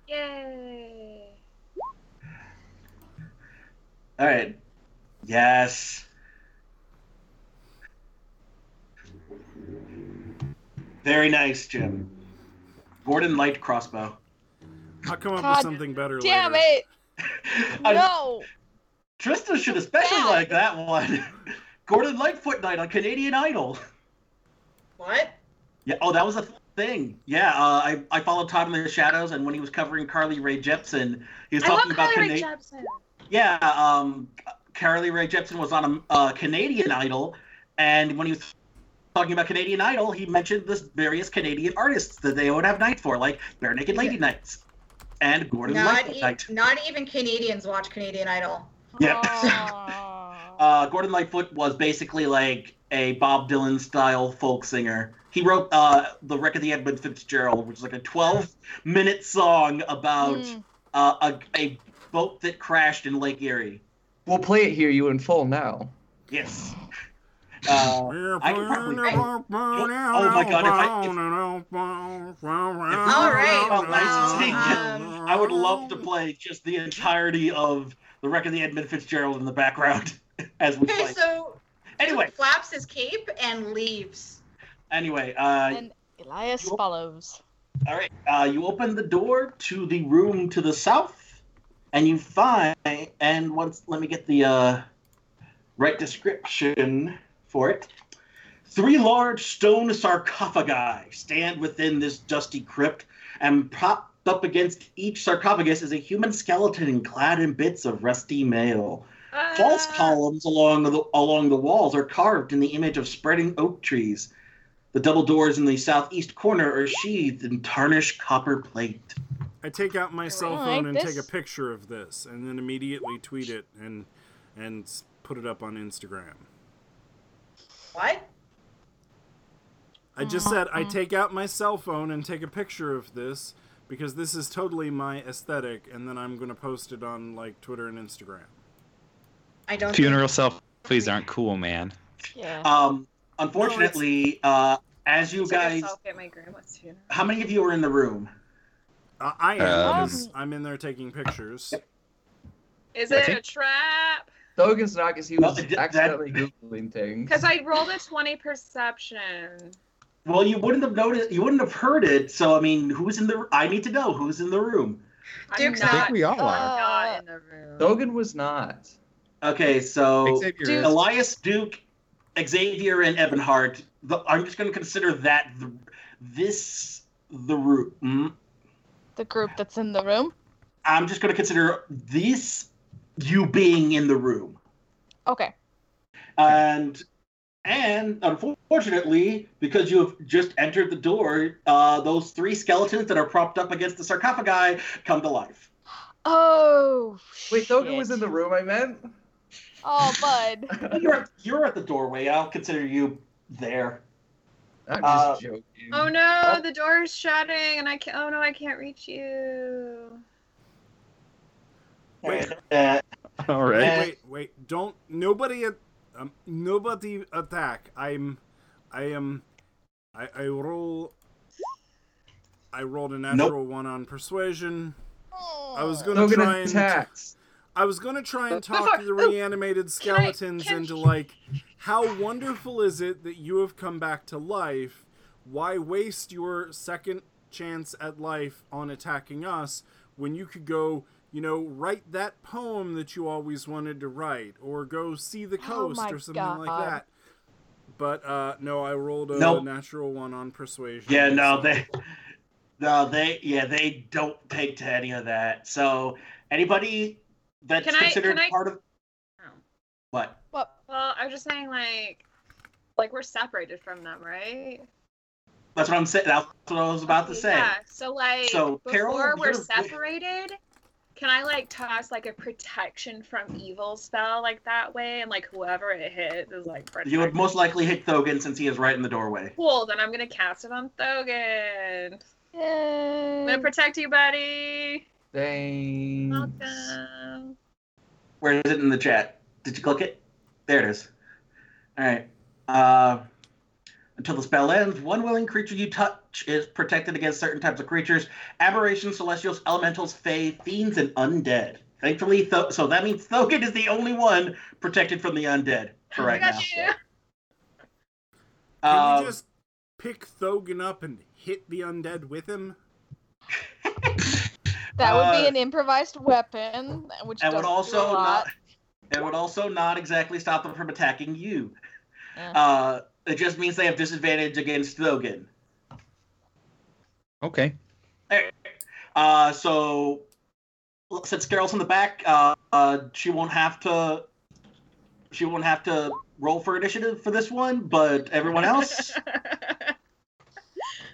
Yay! All right. Yes. Very nice, Jim. Gordon light crossbow. I'll come up God with something better Damn later. it! I- No! Uh, Trista should especially Bad. like that one. Gordon Lightfoot Knight on Canadian Idol. What? Yeah. Oh, that was a thing. Yeah. Uh, I I followed Todd in the shadows, and when he was covering Carly Rae Jepsen, he was I love talking about Carly Rae Cana- Jepsen. Yeah, um, Carly Rae Jepsen was on a, a Canadian Idol, and when he was talking about Canadian Idol, he mentioned the various Canadian artists that they would have nights for, like Bare Naked Lady Nights and Gordon Not, Lightfoot e- Night. not even Canadians watch Canadian Idol. Yeah. Aw. Uh, Gordon Lightfoot was basically like a Bob Dylan style folk singer. He wrote uh, the record of the Edmund Fitzgerald, which is like a 12 minute song about Hmm. Hmm. Mm. uh, a, a boat that crashed in Lake Erie. We'll play it here, you in full now. Yes. Uh, I can probably- oh my God, if I- if- All right, Well, well, um, I would love Oh. to play just the entirety of the record of the Edmund Fitzgerald in the background as we Okay, play. so anyway, Duke flaps his cape and leaves. anyway, uh, And Elias You- follows. all right. Uh, you open the door to the room to the south, and you find. And once, let me get the uh, right description for it. Three large stone sarcophagi stand within this dusty crypt, and propped up against each sarcophagus is a human skeleton clad in bits of rusty mail. False Ah, columns along the along the walls are carved in the image of spreading oak trees. The double doors in the southeast corner are sheathed in tarnished copper plate. I take out my cell Alright, phone and this- take a picture of this, and then immediately tweet it and and s- put it up on Instagram. What? I just said I take out my cell phone and take a picture of this because this is totally my aesthetic, and then I'm gonna post it on like Twitter and Instagram. I don't. Funeral selfies aren't cool, man. Yeah. Um, unfortunately, uh, as you took a guys, selfie at my grandma's funeral. how many of you are in the room? Uh, I am. 'cause Um. I'm in there taking pictures. Is I it a think- trap? Dogan's not because he Well, was it did- that- accidentally googling things. Because I rolled a twenty perception. Well, you wouldn't have noticed. You wouldn't have heard it. So, I mean, who's in the? I need to know who's in the room. Duke's I'm not- I think not, we all are. not in the room. Dogan was not. Okay, so Xavier Dude. is. Elias Duke, Xavier, and Ebonhart. The, I'm just going to consider that the, this the room. mm, The group that's in the room. I'm just going to consider this you being in the room. Okay. And and unfortunately, because you have just entered the door, uh, those three skeletons that are propped up against the sarcophagi come to life. Oh. Wait, Thogan shit. was in the room. I meant. Oh, bud. You're at, you're at the doorway. I'll consider you there. I'm just Uh, joking. Oh no, the door is shutting, and I can't. Oh no, I can't reach you. Wait. Uh, All right. Wait, wait, don't nobody at um, nobody attack. I'm I am I I roll I rolled a natural one on persuasion. I was gonna Logan try and attacks. I was gonna try and Before- talk to the oh, can reanimated I- skeletons can into I- like how wonderful is it that you have come back to life? Why waste your second chance at life on attacking us when you could go, you know, write that poem that you always wanted to write or go see the Oh coast my or something like God. that. But uh no, I rolled a Nope. natural one on persuasion. Yeah, no, so- they, no, they, yeah, they don't take to any of that. So anybody that's Can I- considered can I- part of Oh. what? What? Well, I was just saying, like, like we're separated from them, right? That's what I'm saying. That's what I was about to say. Yeah. So like, So, Carol, before we're you're- separated, can I like toss like a protection from evil spell like that way, and like whoever it hits is like protected. You would most likely hit Thogan since he is right in the doorway. Cool. Then I'm gonna cast it on Thogan. I'm Yay. gonna protect you, buddy. Dang. Welcome. Where is it in the chat? Did you click it? There it is. All right. Uh, until the spell ends, one willing creature you touch is protected against certain types of creatures: aberrations, celestials, elementals, fae, fiends, and undead. Thankfully, Tho- so that means Thogan is the only one protected from the undead Oh for I right got now. you. Can Um, you just pick Thogan up and hit the undead with him? That would be uh, an improvised weapon, which It doesn't would do also a lot. not. It would also not exactly stop them from attacking you. Yeah. Uh, it just means they have disadvantage against Thogan. Okay. Uh, so since Carol's in the back, uh, uh, she won't have to. She won't have to roll for initiative for this one, but everyone else,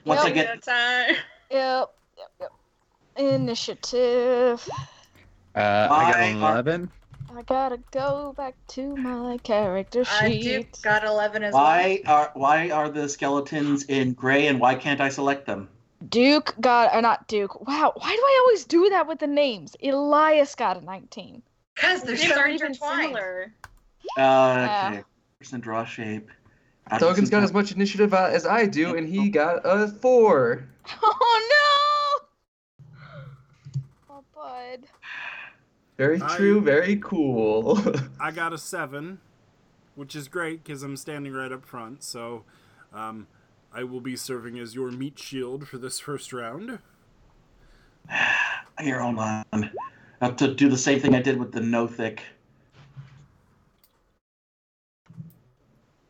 once I Yep. get, time. Yep. Yep. Yep. Initiative. Uh, I got Bye. an eleven. I gotta go back to my character I do sheet. got 11 as well. why are why are the skeletons in gray and why can't I select them? Duke got, or not Duke. Wow, why do I always do that with the names? Elias got a 19. Because they're These so aren't even intertwined. similar. Uh, okay, person draw shape. Thogan's got as much initiative uh, as I do, and he got a four. Oh no! Oh, bud. Very I- true. Very cool. I got a seven, which is great because I'm standing right up front. So, um, I will be serving as your meat shield for this first round. Here, hold on. I have to do the same thing I did with the Nothic.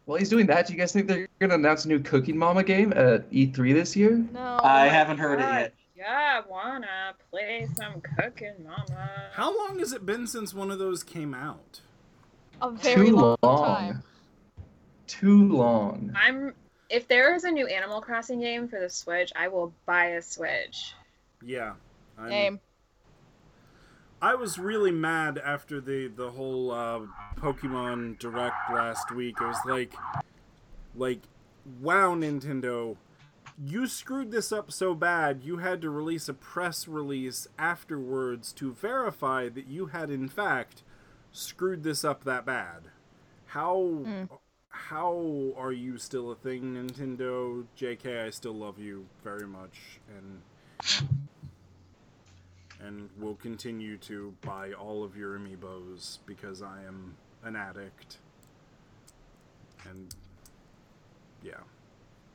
While he's doing that, do you guys think they're gonna announce a new Cooking Mama game at E3 this year? Oh No. I haven't heard it God, yet. Yeah, I wanna play some cooking, mama. How long has it been since one of those came out? A very Too long, long. time. Too long. I'm. If there is a new Animal Crossing game for the Switch, I will buy a Switch. Yeah. I'm- Name. I was really mad after the the whole uh, Pokemon Direct last week. I was like, like, wow, Nintendo, you screwed this up so bad. You had to release a press release afterwards to verify that you had in fact screwed this up that bad. How Mm. how are you still a thing, Nintendo? Jk, I still love you very much, and and will continue to buy all of your amiibos because I am an addict. And yeah,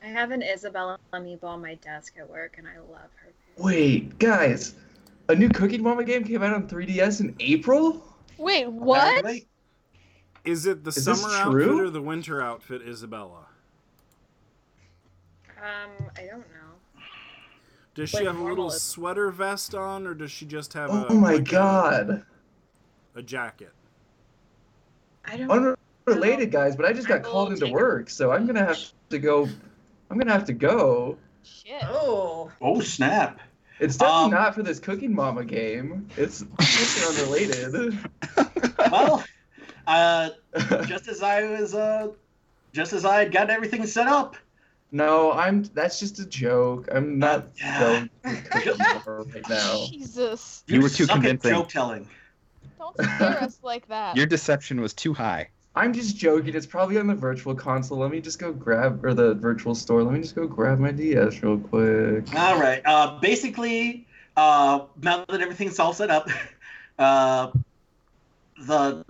I have an Isabella amiibo on my desk at work, and I love her. Wait, guys, a new Cooking Mama game came out on 3DS in April. Wait, what? Apparently. is it the Is this summer outfit true? or the winter outfit, Isabella? Um, I don't know. Does Like she have a little normal. sweater vest on, or does she just have a? Oh my like a- god. a jacket. I Oh, don't Unrelated, guys, but I just got called into work, so I'm gonna have to go. I'm gonna have to go. Shit. Oh. Oh snap! It's Um, definitely not for this Cooking Mama game. It's totally unrelated. well, uh, just as I was, uh, just as I had gotten everything set up. No, I'm. That's just a joke. I'm not going to Cooking Mama right now. Jesus. You were too suck at convincing. Joke telling. Don't scare us like that. Your deception was too high. I'm just joking. It's probably on the virtual console. Let me just go grab, or the virtual store. Let me just go grab my DS real quick. All right. Uh, basically, uh, now that everything's all set up, uh, the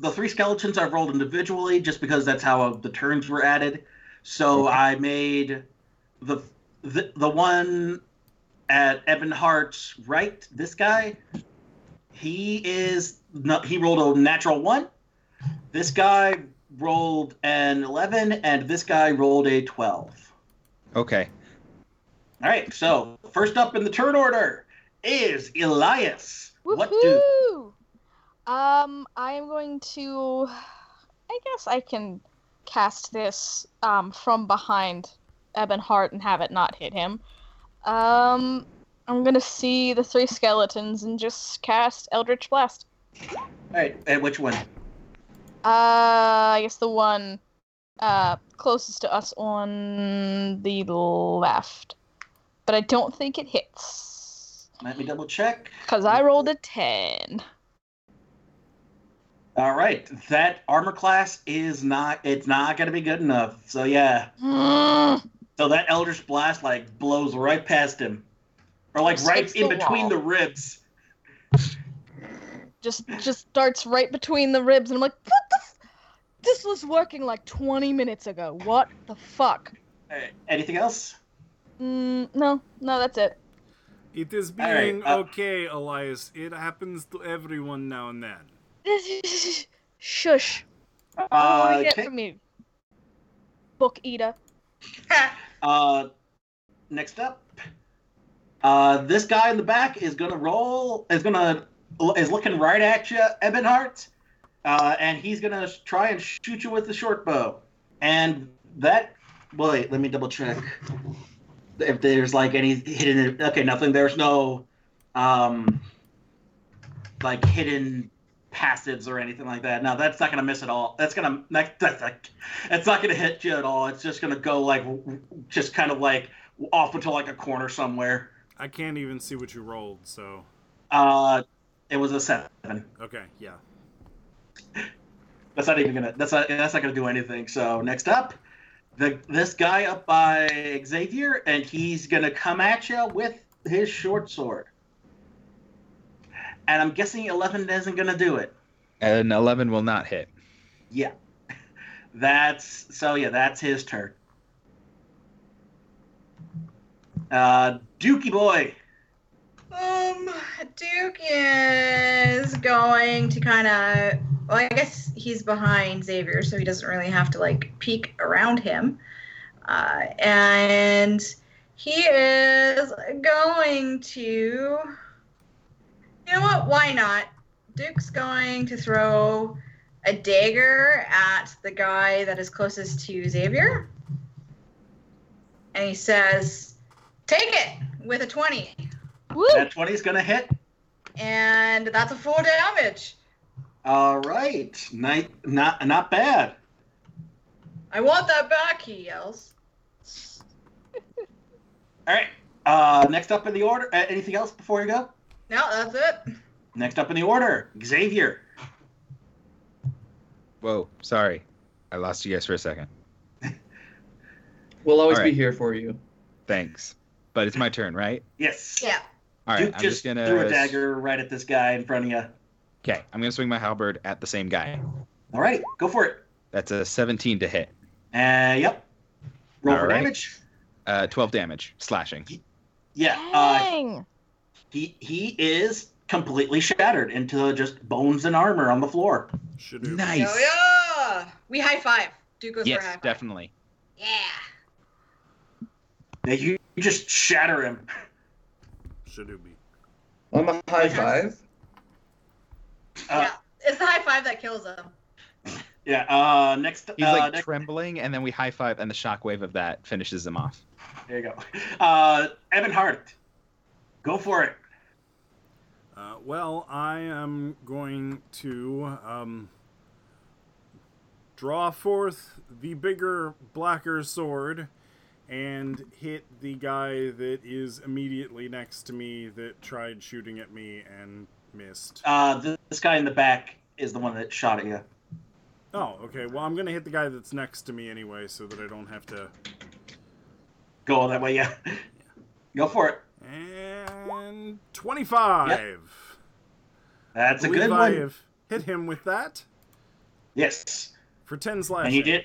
the three skeletons I've rolled individually, just because that's how the turns were added. So I made the the, the one at Evan Hart's right. This guy, he is no, he rolled a natural one. This guy rolled an eleven, and this guy rolled a twelve. Okay. All right, so first up in the turn order is Elias. What do? Woohoo! Um, I am going to. I guess I can cast this um, from behind Ebon Hart and have it not hit him. Um, I'm gonna see the three skeletons and just cast Eldritch Blast. All right, and which one? Uh, I guess the one uh, closest to us on the left. But I don't think it hits. Let me double check. Because I rolled a 10. All right, that armor class is not. It's not gonna be good enough. So yeah, so that Eldritch Blast like blows right past him, or like Just right hits in the between wall. the ribs. just just darts right between the ribs, and I'm like, what the? F- this was working like 20 minutes ago. What the fuck? All right, anything else? Mm, no, no, that's it. It is All right, being uh, okay, Elias. It happens to everyone now and then. Shush. What do Uh, you Oh, get okay. from you? Book eater. Uh, next up, uh, this guy in the back is gonna roll. Is gonna is looking right at you, Ebonheart, uh, and he's gonna try and shoot you with the short bow. And that, wait, let me double check if there's like any hidden. Okay, nothing. There's no, um, like hidden passives or anything like that. No, that's not gonna miss at all. That's gonna that, that's like, it's not gonna hit you at all. It's just gonna go like just kind of like off into like a corner somewhere. I can't even see what you rolled, so Uh, it was a seven. okay, yeah. That's not even gonna. That's not. That's not gonna do anything. So next up, the this guy up by Xavier, and he's gonna come at you with his short sword. And I'm guessing eleven isn't gonna do it. An 11 will not hit. Yeah. That's so yeah, that's his turn. Uh Dookie boy. Um, Duke is going to kind of. Well, I guess he's behind Xavier, so he doesn't really have to like peek around him. Uh, and he is going to. You know what? Why not? Duke's going to throw a dagger at the guy that is closest to Xavier. And he says, Take it with a 20. Woo! That 20 is gonna hit. And that's a full damage. All right. Not not not bad. I want that back, he yells. All right. Uh next up in the order. Uh, anything else before you go? No, that's it. Next up in the order, Xavier. Whoa, sorry. I lost you guys for a second. We'll always Alright. be here for you. Thanks. But it's my turn, right? Yes. Yeah. All right. Duke I'm just, just gonna threw a dagger right at this guy in front of you. Okay, I'm gonna swing my halberd at the same guy. All right, go for it. That's a 17 to hit. Uh yep. Roll All for right. damage. Uh, 12 damage, slashing. Yeah. Uh Dang. he he is completely shattered into just bones and armor on the floor. Should do. Nice. Oh, yeah. We high five. Duke goes for a high Yes, five. definitely. Yeah. Yeah, You, you just shatter him. Should do be. On the high five. Uh, yeah, it's the high five that kills him. yeah. Uh, next. He's uh, like next- trembling, and then we high five, and the shockwave of that finishes him off. there you go. Uh, Evan Hart, go for it. Uh, well, I am going to um, draw forth the bigger, blacker sword and hit the guy that is immediately next to me that tried shooting at me and missed. Uh, th- this guy in the back is the one that shot at you. Oh, okay. Well, I'm going to hit the guy that's next to me anyway so that I don't have to. Go all that way, yeah. Go for it. And 25. That's a Believe good I one. have hit him with that Yes, for 10 slashing. and you did,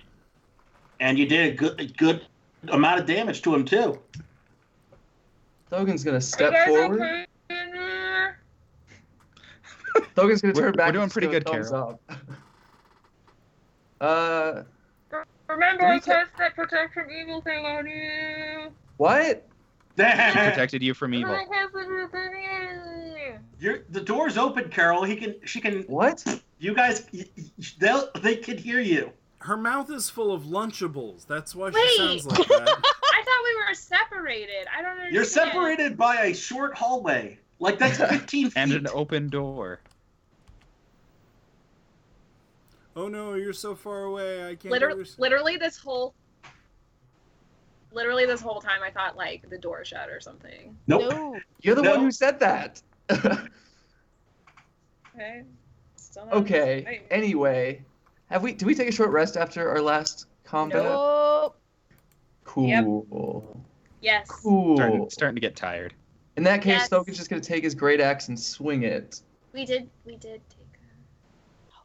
and you did a good, a good amount of damage to him too. Thogan's Are gonna you step guys forward. okay in here? Thogan's gonna We're- turn back. we're doing and just pretty give a good, thumbs up. uh, Remember, Did I we ta- cast that protect from evil thing on you. what? He protected you from evil. I cast it from you. You're, the door's open, Carol. He can, she can. What? You guys, y- y- they'll, they can hear you. Her mouth is full of Lunchables. That's why Wait. she sounds like that. I thought we were separated. I don't understand. You're separated by a short hallway. Like that's 15 feet. And an open door. oh no, you're so far away. I can't. Literally, understand. literally, this whole, literally this whole time, I thought like the door shut or something. nope. No. You're the No. one who said that. Okay. Still not okay. Oh, Wait. Anyway, have we? Did we take a short rest after our last combat? Nope. Cool. Yep. Yes. Cool. Starting, starting to get tired. In that case, Yes. Thogan's just gonna take his great axe and swing it. We did. We did take.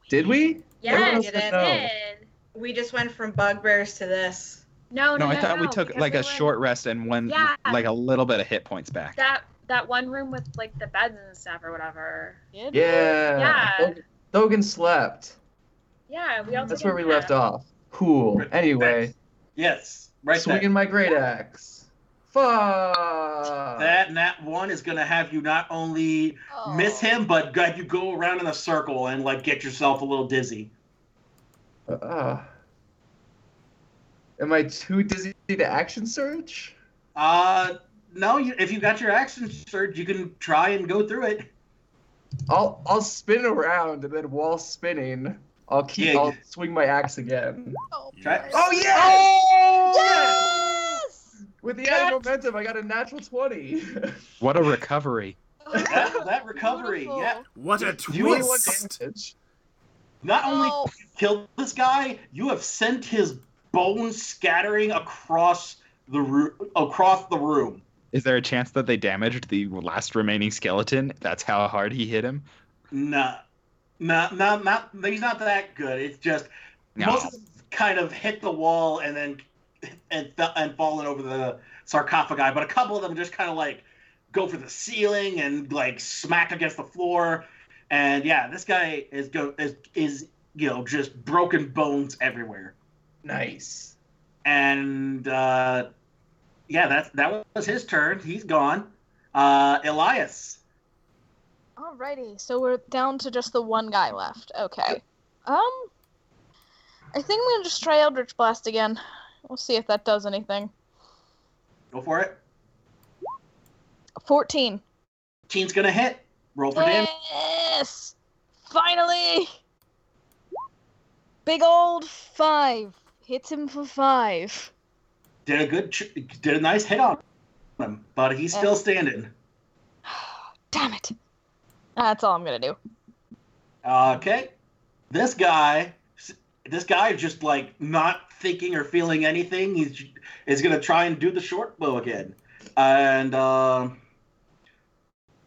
Did we? Everyone Yeah, else we did said it. no. did. We just went from bugbears to this. No, no, no, Oh, no. I thought we no, took because like we a went- short rest and one, Yeah. like a little bit of hit points back. That that one room with like the beds and stuff or whatever. Did we? Yeah. Yeah. Thogan- Thogan slept. Yeah, we all. That's took where a we nap. left off. Cool. Right. Anyway, Yes, right swinging there. my great axe. Fuck. That and that one is gonna have you not only Oh. miss him, but have you go around in a circle and like get yourself a little dizzy. Uh, am I too dizzy to action search? Uh, no, you, if you got your action surge, you can try and go through it. I'll I'll spin around and then while spinning, I'll keep Yeah, I'll yeah. swing my axe again. Oh, Try- Oh yes! yeah! Yes! With the added momentum, I got a natural twenty. What a recovery. That, that recovery, yeah. Beautiful. What a You were the one twist! damage. Not only Oh, killed this guy, you have sent his bones scattering across the roo- across the room. Is there a chance that they damaged the last remaining skeleton? That's how hard he hit him? Nah, nah, nah, not he's not that good. It's just No. most of them kind of hit the wall and then and fe- and fallen over the sarcophagi, but a couple of them just kind of like go for the ceiling and like smack against the floor. And yeah, this guy is go is is you know just broken bones everywhere. Nice. And uh, yeah, that that was his turn. He's gone. Uh, Elias, Alrighty, so we're down to just the one guy left. Okay. Um, I think I'm gonna just try Eldritch Blast again. We'll see if that does anything. go for it. Fourteen. Teen's gonna hit. Roll for damage. Yes! Finally! Big old five. Hits him for five. Did a good, ch- did a nice hit on him, but he's still standing. Damn it. That's all I'm gonna do. Okay. This guy, this guy is just like not thinking or feeling anything. He's is gonna try and do the short bow again, and um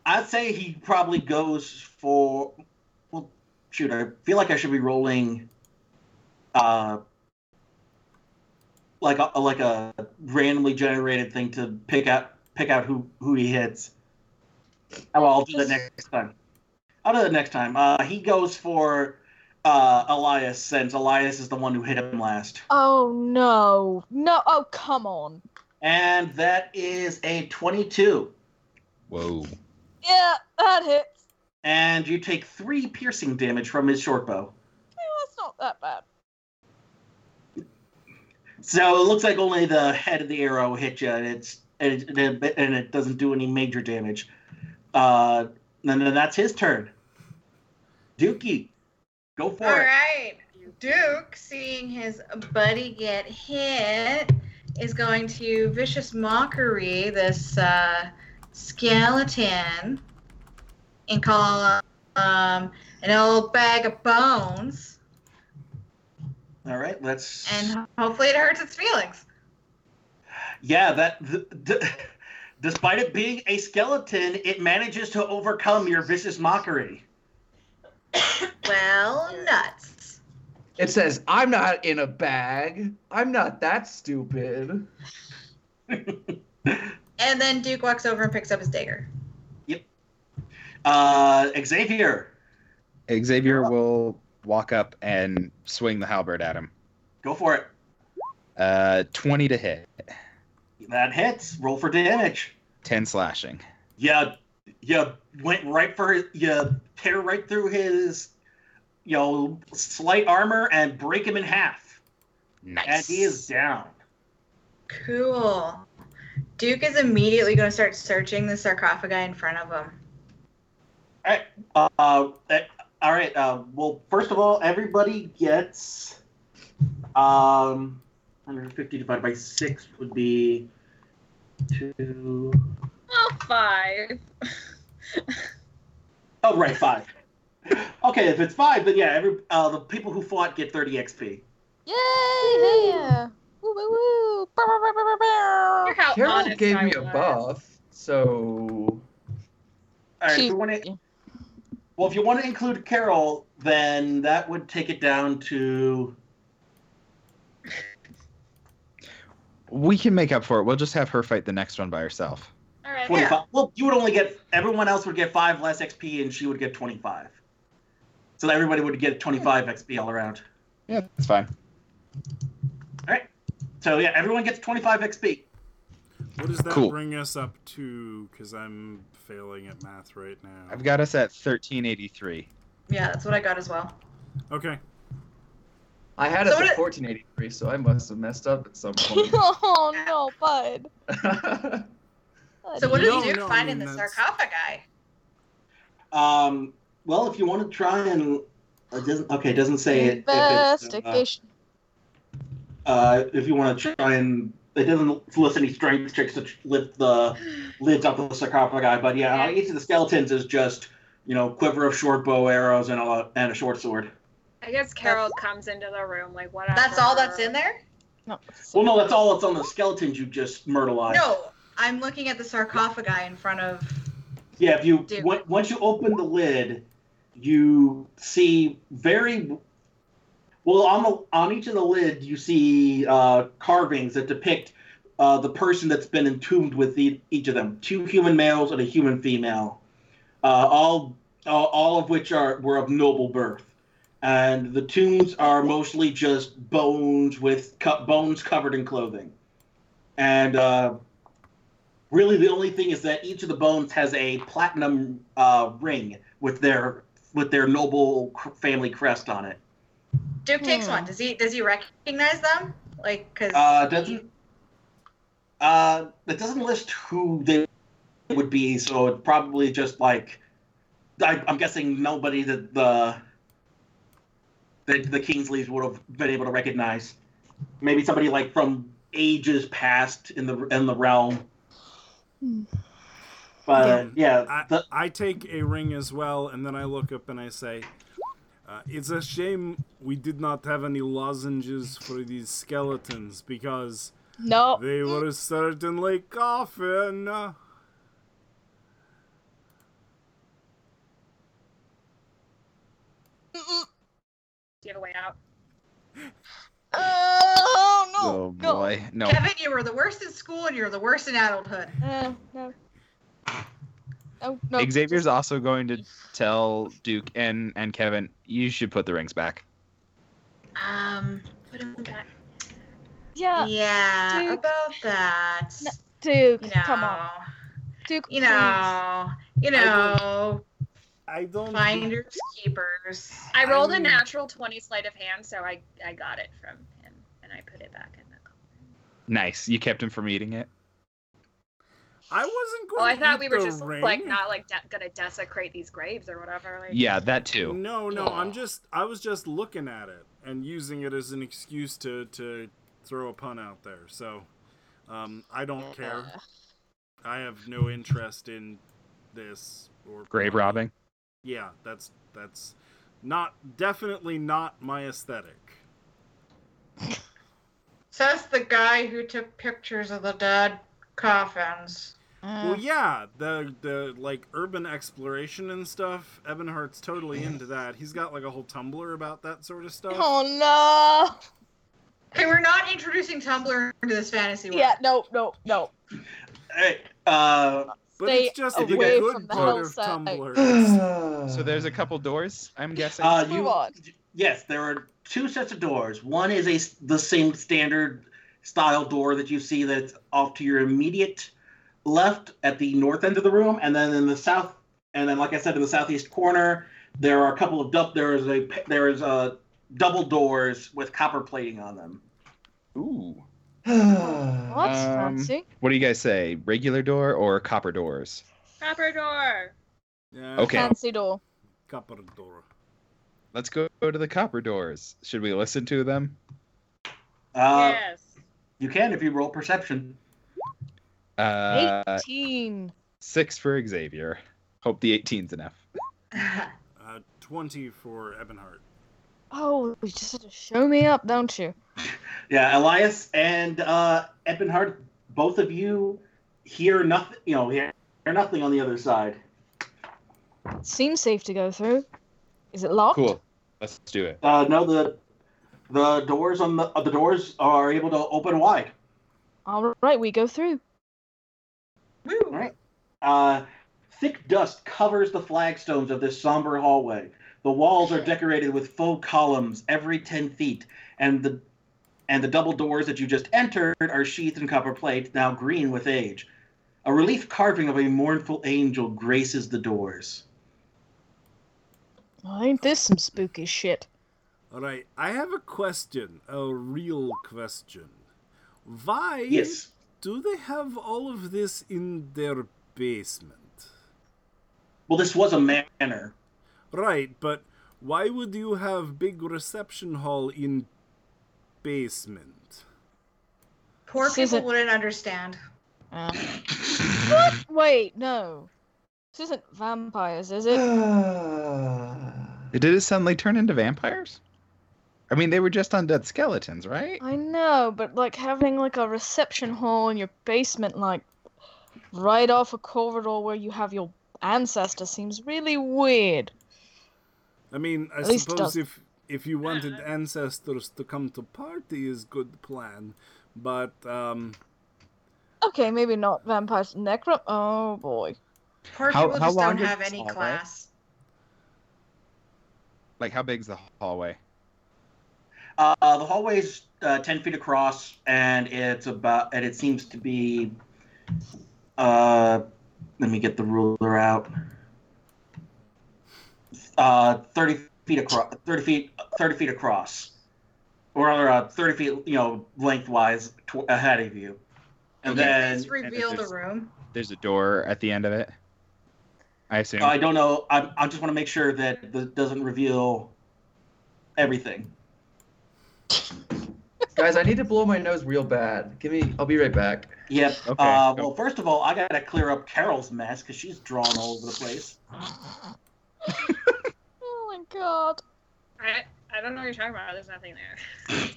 I'd say he probably goes for. Well, shoot, I feel like I should be rolling, uh, like a like a randomly generated thing to pick out pick out who who he hits. Oh, well, I'll do that next time. I'll do that next time. Uh, he goes for uh, Elias since Elias is the one who hit him last. Oh no. No. Oh, come on. And that is a 22. Whoa. Yeah, that hits. and you take three piercing damage from his short bow. Eh, that's not that bad. So it looks like only the head of the arrow hit you, and it's and it, and it doesn't do any major damage. Uh, and then that's his turn. Dookie, go for All it. right. Duke, seeing his buddy get hit, is going to vicious mockery this uh, skeleton and call him, um, an old bag of bones, All right, let's. and hopefully it hurts its feelings. Yeah, that. Th- d- despite it being a skeleton, it manages to overcome your vicious mockery. Well, nuts. It says, I'm not in a bag. I'm not that stupid. And then Duke walks over and picks up his dagger. Uh, Xavier, Xavier will walk up and swing the halberd at him. go for it. Uh, 20 to hit, That hits. Roll for damage. 10 slashing. Yeah, you went right for his. You tear right through his, you know, slight armor and break him in half, Nice. and he is down. Cool. Duke is immediately going to start searching the sarcophagi in front of him. Uh, uh, all right. Uh, well, first of all, everybody gets um, 150 divided by six would be two. Oh, five. Oh, right, five. okay, if it's five, then yeah, every uh, the people who fought get 30 XP. Yay! Yeah. Woo woo woo! Brr, brr, brr, brr, brr, Look brr. how Carol honest gave I me a was. buff, so All right, if She- you want to, well, if you want to include Carol, then that would take it down to We can make up for it. We'll just have her fight the next one by herself. All right. 25. Well, you would only get everyone else would get five less XP, and she would get 25. So everybody would get 25 XP all around. Yeah, that's fine. So yeah, everyone gets 25 XP. What does that Cool. bring us up to? Because I'm failing at math right now. I've got us at 1383. Yeah, that's what I got as well. Okay. I had So us what at it- 1483, so I must have messed up at some point. oh no, bud. So what do does No, Duke no, find I in the mean, that's- sarcophagi? Um, well, if you want to try and uh, it doesn't okay, it doesn't say it. if it's, uh, Investigation. uh, if you want to try and it doesn't list any strength checks to lift the lids off the sarcophagi, but yeah, each of the skeletons is just you know quiver of short bow arrows and a and a short sword. I guess Carol comes into the room like whatever. That's all that's in there? No. Well, no, that's all that's on the skeletons you just myrtleized. No, I'm looking at the sarcophagi in front of. Yeah, if you Dude. on- once you open the lid, you see very well on the on each of the lid you see uh, carvings that depict uh, the person that's been entombed with the, each of them. Two human males and a human female, uh, all uh, all of which are were of noble birth. And the tombs are mostly just bones with co- bones covered in clothing, and. Uh, really the only thing is that each of the bones has a platinum uh, ring with their with their noble cr- family crest on it. Duke takes Hmm. one. Does he does he recognize them? Like, cause Uh, doesn't uh, it doesn't list who they would be, so it's probably just like I, I'm guessing nobody that the that the Kingsleys would have been able to recognize. Maybe somebody like from ages past in the in the realm. Hmm. But yeah, I, the, I take a ring as well, and then I look up and I say, uh, It's a shame we did not have any lozenges for these skeletons because No. they were certainly coughing. Mm-mm. Do you have a way out? Oh no. oh no. boy. No. Kevin, you were the worst in school and you're the worst in adulthood. Uh, no. No, no. Xavier's also going to tell Duke and, and Kevin, you should put the rings back. Um, Put him back. Yeah, yeah, Duke. about that. No, Duke. you know, Come on, Duke. you know, you know. I don't. Finders keepers. I rolled a natural 20 sleight of hand, so I, I got it from him and I put it back in the car. Nice. You kept him from eating it. I wasn't going. Oh, I thought to we eat were the just ring. like not like de- gonna desecrate these graves or whatever. Like, Yeah, that too. No, no. I'm just. I was just looking at it and using it as an excuse to to throw a pun out there. So, um, I don't care. I have no interest in this or Grave robbing. Yeah, that's that's not definitely not my aesthetic. Says the guy who took pictures of the dead coffins. Uh, Well, yeah, the the like urban exploration and stuff. Ebonheart's totally into that. He's got like a whole Tumblr about that sort of stuff. uh. Oh Hey, we're not introducing Tumblr into this fantasy no! world. Yeah, no, no, no. Hey, uh, But Stay it's just the away good from the part of house, uh, Tumblr. So there's a couple doors, I'm guessing. uh, Move you, on. yes, there are two sets of doors. One is a s- the same standard style door that you see that's off to your immediate left at the north end of the room, and then in the south, and then like I said, in the southeast corner, there are a couple of dou- there is a p- there is a double doors with copper plating on them. Ooh. Well, that's Um, fancy. What do you guys say? Regular door or copper doors? Copper door. Yeah, Okay. Fancy door. couple of door. Let's go to the copper doors. Should we listen to them? Uh, yes. You can if you roll perception. Uh, 18. six for Xavier. Hope the 18's enough. Uh, Twenty for Ebonheart. Oh, you just had to show me up, don't you? Yeah, Elias and uh, Ebbenhard, both of you hear nothing. You know, hear hear nothing on the other side. Seems safe to go through. Is it locked? Cool. Let's do it. Uh, no, the the doors on the uh, the doors are able to open wide. All right, we go through. All right. Uh, thick dust covers the flagstones of this somber hallway. The walls are decorated with faux columns every ten feet, and the and the double doors that you just entered are sheathed in copper plate, now green with age. A relief carving of a mournful angel graces the doors. Oh, ain't this some spooky shit? All right, I have a question, a real question. Why Yes. do they have all of this in their basement? Well, this was a manor. Right, but why would you have big reception hall in basement? Poor This isn't- people wouldn't understand. Uh, what? Wait, no. This isn't vampires, is it? Did it suddenly turn into vampires? I mean, they were just undead skeletons, right? I know, but like having like a reception hall in your basement, like right off a corridor where you have your ancestor, seems really weird. I mean, I At least it suppose doesn't. if if you wanted ancestors to come to party is good plan, but um Okay, maybe not vampires. Necro. Oh boy. Poor How- people how just long don't did have this any all last? class. Like, how big's the hallway? Uh, the hallway's uh, ten feet across, and it's about and it seems to be. Uh, let me get the ruler out. Uh, thirty feet across, thirty feet, thirty feet across, or rather, uh, thirty feet, you know, lengthwise tw- ahead of you, and then Please reveal the there's- room. There's a door at the end of it. I assume. I don't know. I, I just want to make sure that this doesn't reveal everything. Guys, I need to blow my nose real bad. Give me. I'll be right back. Yep. Okay, Oh, Uh, go. well, first of all, I gotta clear up Carol's mess because she's drawn all over the place. Oh my god. I, I don't know what you're talking about. There's nothing there.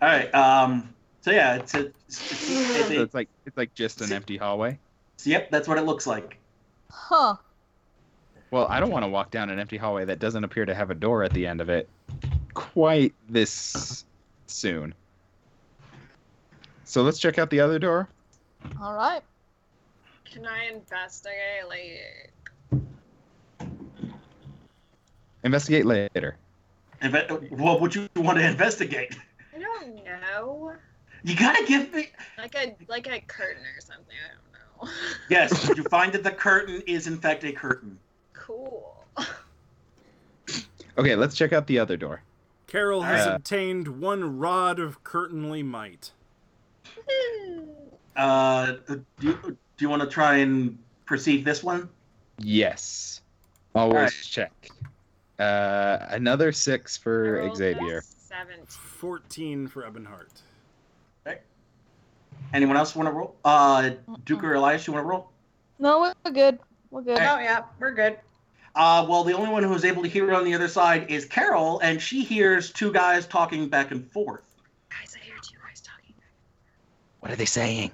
All right. Um. So yeah, it's a. It's, it's, So it's it's like it's like just an empty hallway. a yep, that's what it looks like. Huh. Well, I don't want to walk down an empty hallway that doesn't appear to have a door at the end of it quite this soon. So let's check out the other door. All right. Can I investigate? Like, Investigate later. Inve- what would you want to investigate? I don't know. You gotta give me. Like a like a curtain or something. I don't know. Yes. you find that the curtain is in fact a curtain. cool. Okay, let's check out the other door. Carol has Uh. obtained one rod of curtainly might. Uh, do you, do you want to try and perceive this one? Yes. Always Alright. check. Uh, another six for Rolled a Xavier. 17. 14 for Ebonheart. Anyone else want to roll? Uh, Duke or Elias, you want to roll? No, we're good. We're good. Oh yeah, we're good. Uh, well, the only one who is able to hear it on the other side is Carol, and she hears two guys talking back and forth. Guys, I hear two guys talking. Uh, What are they saying?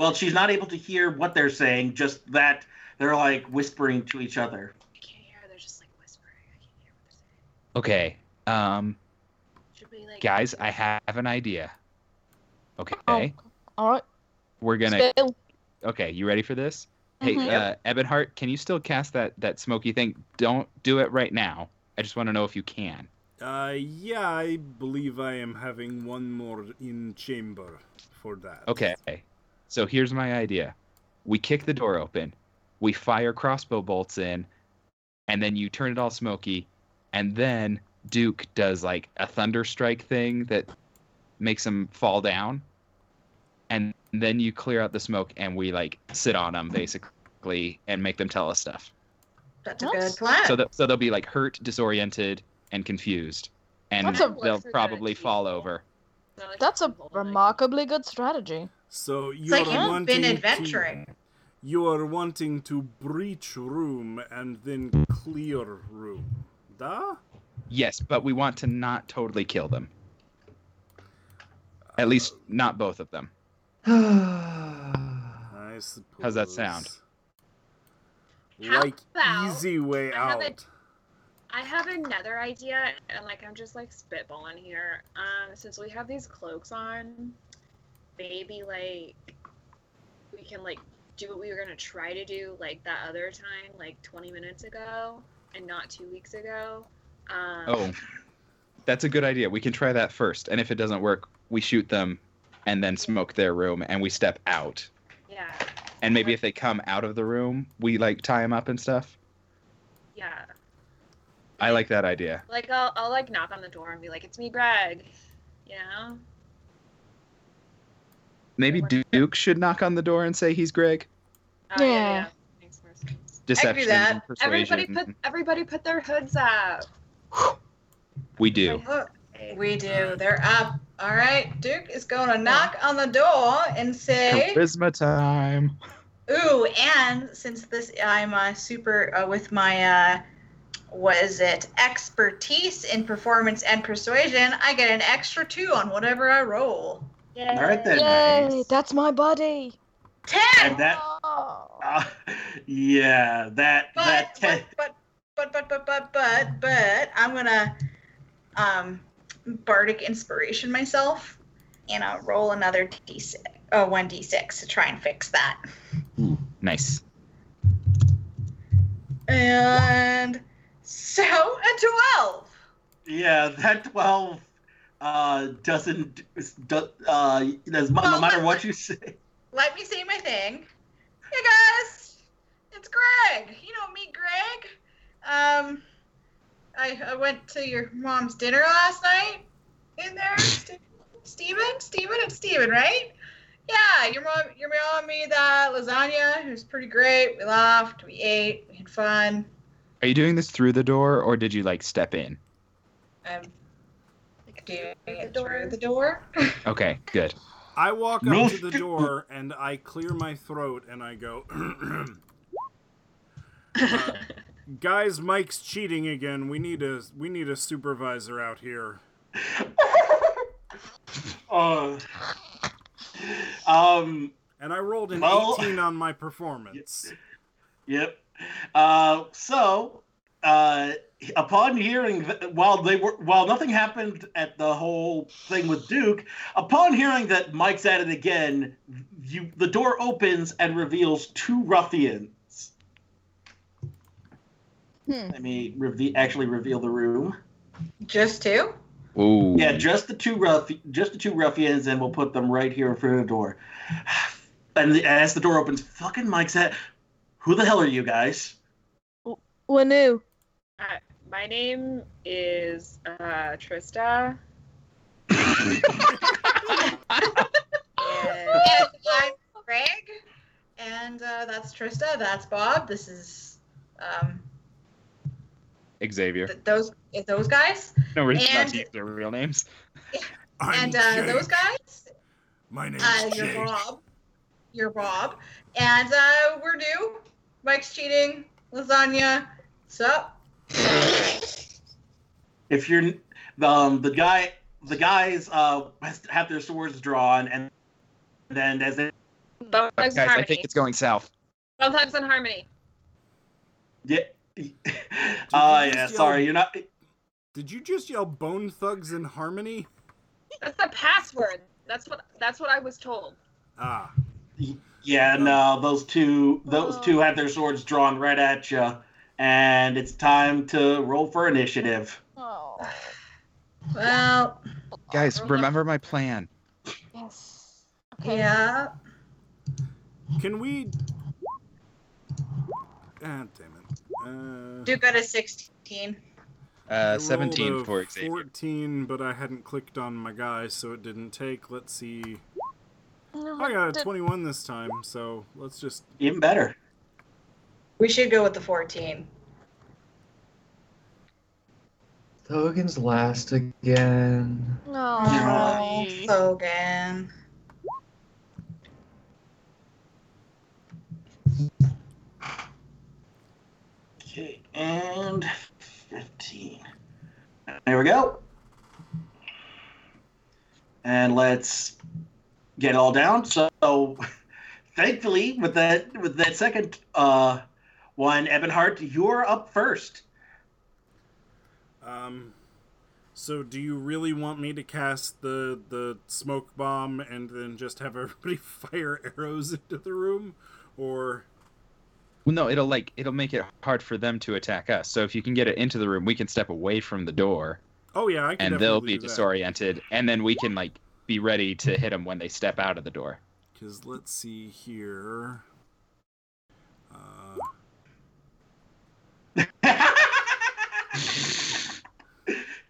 Well, she's not able to hear what they're saying, just that they're like whispering to each other. I can't hear. They're just like whispering. I can't hear what they're saying. Okay. Um, Should we like? guys, I have an idea. Okay. All right. We're gonna. Spill. Okay, you ready for this? Hey, Mhm. uh, Ebonheart, can you still cast that that smoky thing? Don't do it right now. I just want to know if you can. Uh, yeah, I believe I am having one more in chamber for that. Okay. So here's my idea. We kick the door open, we fire crossbow bolts in, and then you turn it all smoky, and then Duke does like a thunder strike thing that makes him fall down. And then you clear out the smoke and we like sit on them basically and make them tell us stuff. That's a Nice. good plan. So that so they'll be like hurt, disoriented, and confused. And That's a- they'll probably fall over. It's not like That's a she's holding. remarkably good strategy. So it's you like are you've wanting been to- adventuring. you are wanting to breach room and then clear room. Da? Yes, but we want to not totally kill them. At least not both of them. I suppose. How's that sound? How Like about easy way I have a- out. I have another idea, and like I'm just like spitballing here. Um, since we have these cloaks on, maybe like we can like do what we were gonna try to do like that other time, like 20 minutes ago, and not two weeks ago. Um, Oh, that's a good idea. We can try that first. And if it doesn't work, we shoot them and then smoke their room and we step out. yeah, And maybe if they come out of the room, we like tie them up and stuff. yeah. I like that idea. Like I'll I'll like knock on the door and be like, "It's me, Greg," you know. Maybe Duke should knock on the door and say he's Greg. Oh, Yeah. Makes more sense. Deception, that. and persuasion. Everybody put everybody put their hoods up. we do. Look, we do. They're up. All right. Duke is going to knock on the door and say, Charisma time. "Ooh!" And since this, I'm uh, super uh, with my uh, what is it? Expertise in performance and persuasion. I get an extra two on whatever I roll. All right then. Yay! Nice. That's my buddy. Ten. And that, Oh. uh, yeah, that that But ten, but but but but but but but I'm gonna um bardic inspiration myself and I'll roll another d6 oh one d6 to try and fix that. Nice. And so a twelve. yeah, that twelve uh, doesn't do, uh, does, no matter what you say. Let me say my thing. Hey guys, it's Greg. You know me, Greg. Um, I, I went to your mom's dinner last night. In there, Ste- Steven? Steven? It's Steven, right? Yeah, your mom, your mom made that lasagna. It was pretty great. We laughed, we ate, we had fun. Are you doing this through the door or did you like step in? I'm doing it door. through the door. Okay, good. I walk up Milk. to the door and I clear my throat and I go, Uh, guys, Mike's cheating again. We need a we need a supervisor out here. Uh, um. And I rolled an Well- 18 on my performance. Yep. Uh, so, uh, upon hearing, that, while they were, while nothing happened at the whole thing with Duke, upon hearing that Mike's at it again, you the door opens and reveals two ruffians. Hmm. Let me reve- actually reveal the room. Just two? Ooh. Yeah, just the two rough, just the two ruffians, and we'll put them right here in front of the door. And the, as the door opens, fucking Mike's at. Who the hell are you guys? Wanu. My name is uh, Trista. And I'm Greg. And uh, that's Trista. That's Bob. This is um, Xavier. th- those eh, those guys. No reason not And- to use their real names. and uh, those guys. My name's Uh, you're Bob. You're Bob. And uh, we're new. Mike's cheating. Lasagna. Sup? If you're um, the guy, the guys uh, has- have their swords drawn, and then as they Bone Guys, Thugs and I Harmony. think it's going south. Bone Thugs and Harmony. yeah, uh, you yeah. just Sorry, yell- you're not. Did you just yell "Bone Thugs in Harmony"? That's the password. That's what that's what I was told. Ah, Yeah, Oh. no. Those two, those Oh. two have their swords drawn right at you, and it's time to roll for initiative. Oh. Well, Guys, Roll up. remember my plan. Yes. yeah. can we? Ah, damn it. Uh, Duke got a 16. I Uh, rolled 17 a for Xavier. 14, but I hadn't clicked on my guy, so it didn't take. Let's see. No, I got a did- 21 this time, so let's just. Even better. We should go with the 14. Logan's last again. No. Logan. Okay, and fifteen. There we go. And let's get it all down. So, thankfully, with that with that second uh, one, Ebonhart, you're up first. Um, so, do you really want me to cast the the smoke bomb and then just have everybody fire arrows into the room, or Well, no, it'll like it'll make it hard for them to attack us. So if you can get it into the room, we can step away from the door, oh yeah, I can. and they'll definitely be do that. disoriented, and then we can like be ready to hit them when they step out of the door. Because let's see here. Uh,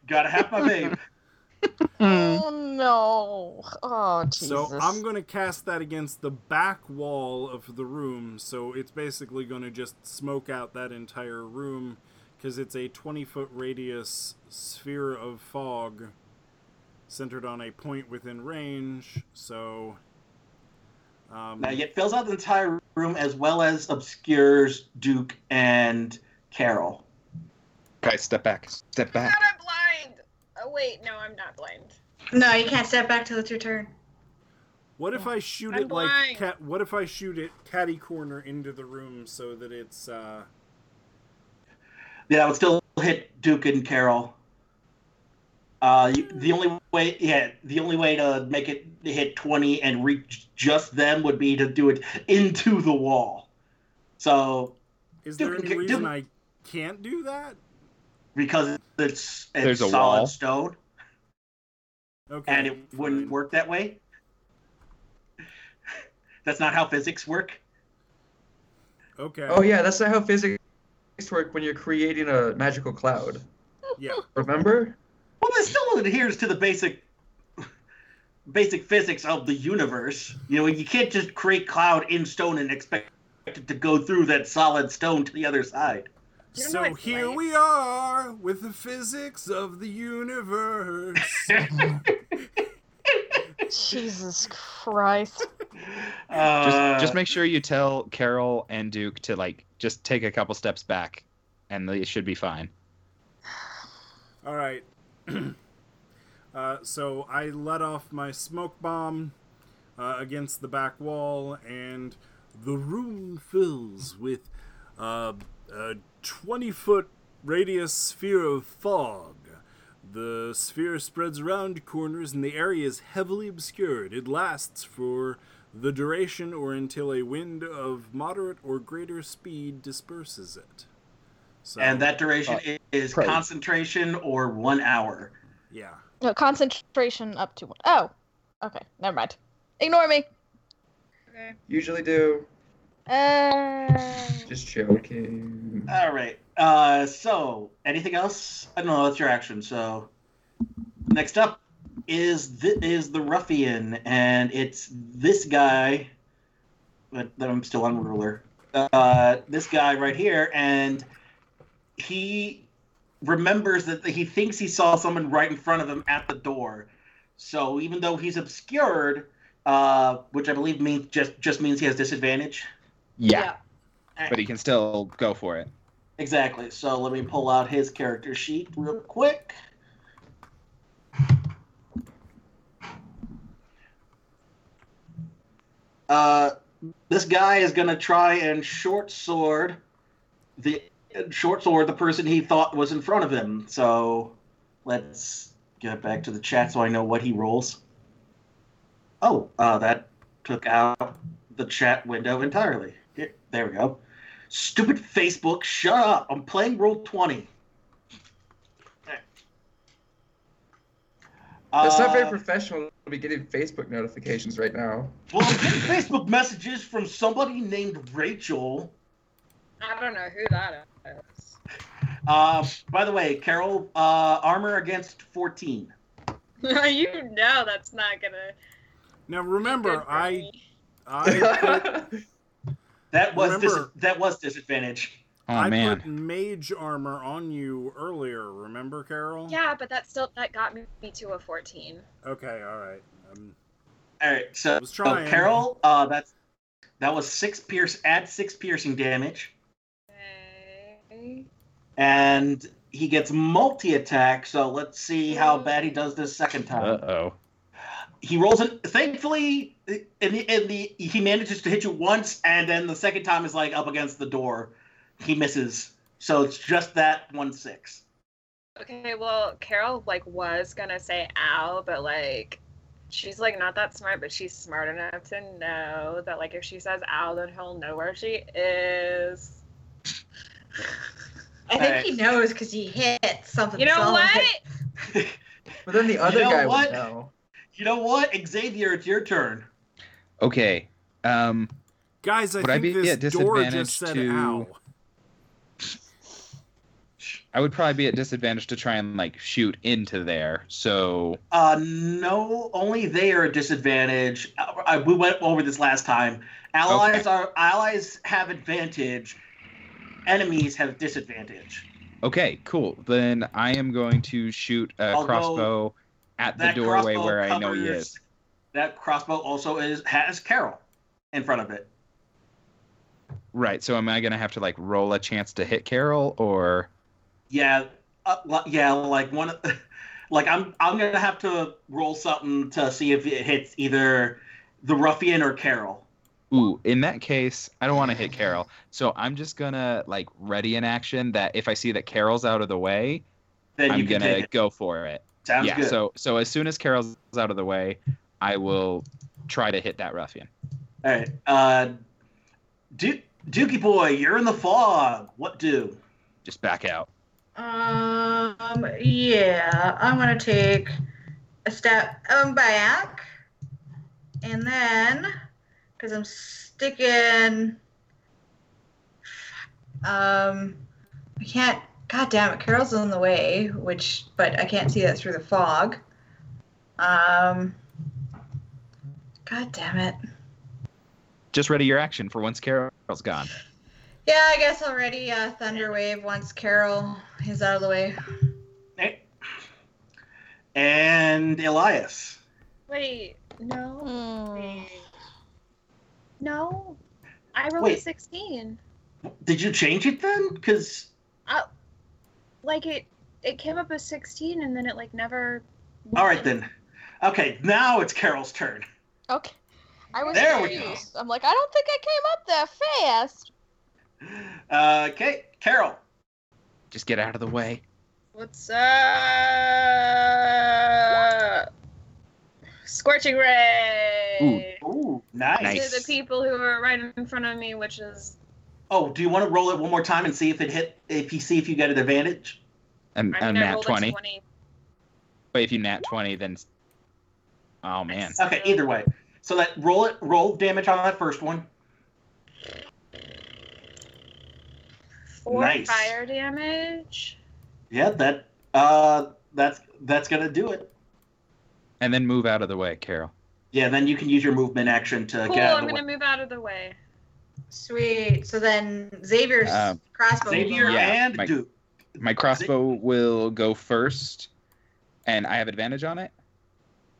Gotta have my babe. Oh no. Oh Jesus. so I'm going to cast that against the back wall of the room. So it's basically going to just smoke out that entire room because it's a 20 foot radius sphere of fog centered on a point within range. So. Um, Now, it fills out the entire room as well as obscures Duke and Carol. Guys, step back, step God, back. I'm blind. Oh wait, no, I'm not blind. No, you can't step back till it's your turn. What if I shoot I'm it like blind. cat? What if I shoot it catty corner into the room so that it's uh, Yeah, I would still hit Duke and Carol. Uh, you- the only way, yeah, the only way to make it hit twenty and reach just them would be to do it into the wall. So Is Dude, there any okay, dude. reason I can't do that? because it's, it's There's a solid wall. stone Okay. and it wouldn't fine. work that way. That's not how physics work. Okay. Oh yeah, that's not how physics work when you're creating a magical cloud. yeah. Remember? Well, this still adheres to the basic basic physics of the universe. You know, you can't just create cloud in stone and expect it to go through that solid stone to the other side. You're so not here lame. we are with the physics of the universe. Jesus Christ. Uh, Just, just make sure you tell Carol and Duke to like just take a couple steps back, and they should be fine. All right. uh, so I let off my smoke bomb uh, against the back wall, and the room fills with uh, a 20 foot radius sphere of fog. The sphere spreads around corners, and the area is heavily obscured. It lasts for the duration or until a wind of moderate or greater speed disperses it. So, and that duration i- is pro. concentration or one hour. yeah. No concentration up to one. Oh. Okay. Never mind. Ignore me. Usually do. Uh, Just joking. All right. Uh, so, anything else? I don't know. That's your action. So, next up is the, is the ruffian, and it's this guy. But that I'm still on ruler. Uh, this guy right here, and he remembers that he thinks he saw someone right in front of him at the door. So even though he's obscured, uh, which I believe means just just means he has disadvantage. Yeah, but he can still go for it. Exactly. So let me pull out his character sheet real quick. Uh, this guy is gonna try and short sword the short sword the person he thought was in front of him. So let's get back to the chat so I know what he rolls. Oh, uh, that took out the chat window entirely. Here, there we go. Stupid Facebook, shut up. I'm playing roll 20. That's not very Uh, professional to be getting Facebook notifications right now. Well, I'm getting Facebook messages from somebody named Rachel. I don't know who that is. Uh, by the way, Carol, uh, armor against 14. you know that's not gonna. Now remember, I Oh, I That's That was dis- Remember- that was disadvantage. Oh I man, put mage armor on you earlier. Remember, Carol? Yeah, but that still that got me to a fourteen. Okay. All right. Um, All right, so was so trying. Oh, Carol, uh, that's that was six pierce add six piercing damage, Okay. and he gets multi attack. So let's see how bad he does this second time. uh oh. he rolls it. Thankfully, in the, in the he manages to hit you once, and then the second time is like up against the door. He misses, so it's just that one six. Okay, well, Carol like was gonna say ow, but like she's like not that smart, but she's smart enough to know that like if she says ow, then he'll know where she is. I think he knows because he hit something. You know solid. what? But then the other know guy what? would know. You know what, Xavier? It's your turn. Okay. Um, guys, I Would I think be this at door disadvantage just said to- ow. I would probably be at disadvantage to try and like shoot into there. So Uh, no, only they are a disadvantage. Uh, I, we went over this last time. Allies are allies have advantage. Enemies have disadvantage. okay, cool. Then I am going to shoot a Although crossbow at the doorway crossbow where I know he covers- is. That crossbow also is has Carol in front of it. Right. So am I gonna have to like roll a chance to hit Carol or? Yeah, uh, li- yeah, like one, of- like I'm I'm gonna have to roll something to see if it hits either the ruffian or Carol. Ooh, in that case, I don't want to hit Carol. So I'm just gonna like ready an action that if I see that Carol's out of the way, Then you I'm can gonna take it. go for it. Sounds yeah. good. So so as soon as Carol's out of the way, I will try to hit that ruffian. All right, uh, Du Dookie boy, you're in the fog. What do? Just back out. Um, yeah, I'm gonna take a step um back, and then because I'm sticking. Um, I can't. God damn it, Carol's in the way, which but I can't see that through the fog. Um. God damn it. Just ready your action for once Carol's gone. Yeah, I guess already. Uh, Thunder Wave once Carol is out of the way. Eh. And Elias. Wait, no, hmm. no, I rolled a Wait. sixteen. Did you change it then? Because Like it, it came up as sixteen, and then it like never. all right then. Okay, now it's Carol's turn. Okay. I was There we go. confused. I'm like, I don't think I came up that fast. Uh, okay, Carol. Just get out of the way. What's up? Scorching ray. Ooh, nice. Nice. To the people who are right in front of me, which is Oh, do you want to roll it one more time and see if it hit? If you see if you get an advantage. And, I and mean, I nat rolled a 20. But if you nat 20, then. s- Oh, man. Okay, either way. So that roll it, roll damage on that first one. Four Nice. fire damage. Yeah, that uh, that's that's gonna do it. And then move out of the way, Carol. Yeah, then you can use your movement action to cool. get out I'm of the gonna way. move out of the way. Sweet. So then Xavier's Um, crossbow. Xavier Yeah, and Mike. Duke. My crossbow will go first, and I have advantage on it.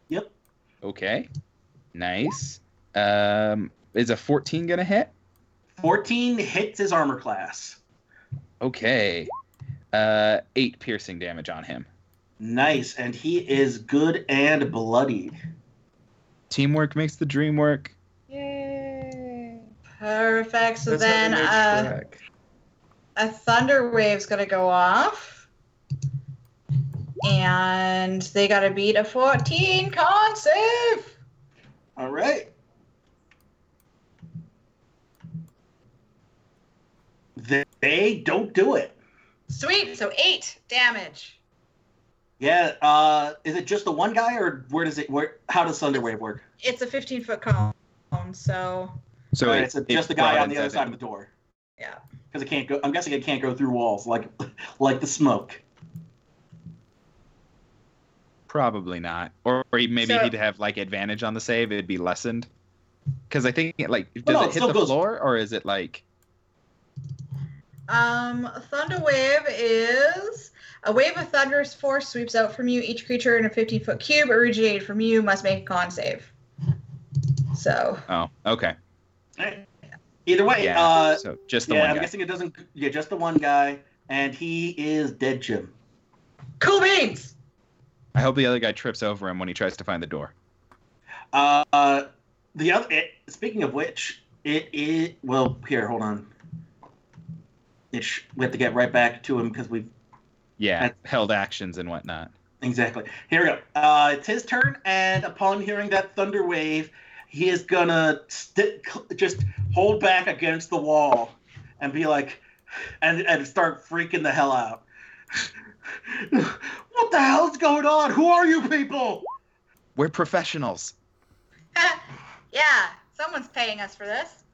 Yep. Okay. Nice. Um, is a 14 gonna hit? 14 hits his armor class. Okay. Uh, eight piercing damage on him. Nice, and he is good and bloodied. Teamwork makes the dream work. Yay. Perfect. So That's how then they make uh, track. a thunder wave's gonna go off. And they gotta beat a 14 con save. All right. They, they don't do it. Sweet. So eight damage. Yeah. Uh, is it just the one guy, or where does it? Where? How does Thunderwave work? It's a 15 foot cone. So So All right, it- it's it just the guy on broadens, the I other think. side of the door. Yeah. Because it can't go. I'm guessing it can't go through walls like, like the smoke. Probably not. Or, or maybe So- you need to have like advantage on the save. It'd be lessened. Because I think like does no, it it hit still the goes- floor or is it like Um, thunder wave is a wave of thunderous force sweeps out from you. Each creature in a 15 foot cube originated from you must make a con save. So oh okay Either way, yeah uh, so just the yeah, one I'm guy. guessing it doesn't. Yeah, just the one guy, and he is dead, Jim. cool beans. I hope the other guy trips over him when he tries to find the door. Uh, the other. It, speaking of which, it is. Well, here, hold on. It sh- we have to get right back to him because we've Yeah, That's- held actions and whatnot. Exactly. Here we go. Uh, it's his turn, and upon hearing that thunder wave, he is gonna st- cl- just hold back against the wall and be like, and and start freaking the hell out. what the hell's going on? Who are you people? We're professionals. yeah, someone's paying us for this.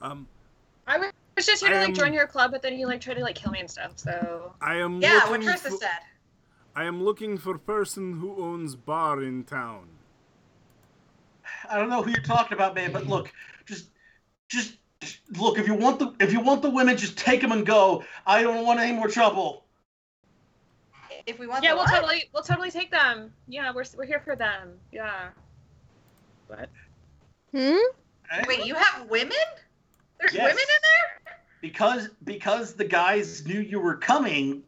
Um, I was just here to I like am- join your club, but then you like tried to like kill me and stuff. So I am Yeah, what looking Trista for- said. I am looking for person who owns bar in town. I don't know who you're talking about, man. But look, just just just- look. If you want the if you want the women, just take them and go. I don't want any more trouble. If we want yeah, the we'll what? totally we'll totally take them. Yeah, we're we're here for them. Yeah. Hmm? Wait, you have women? There's Yes. women in there? because because the guys knew you were coming,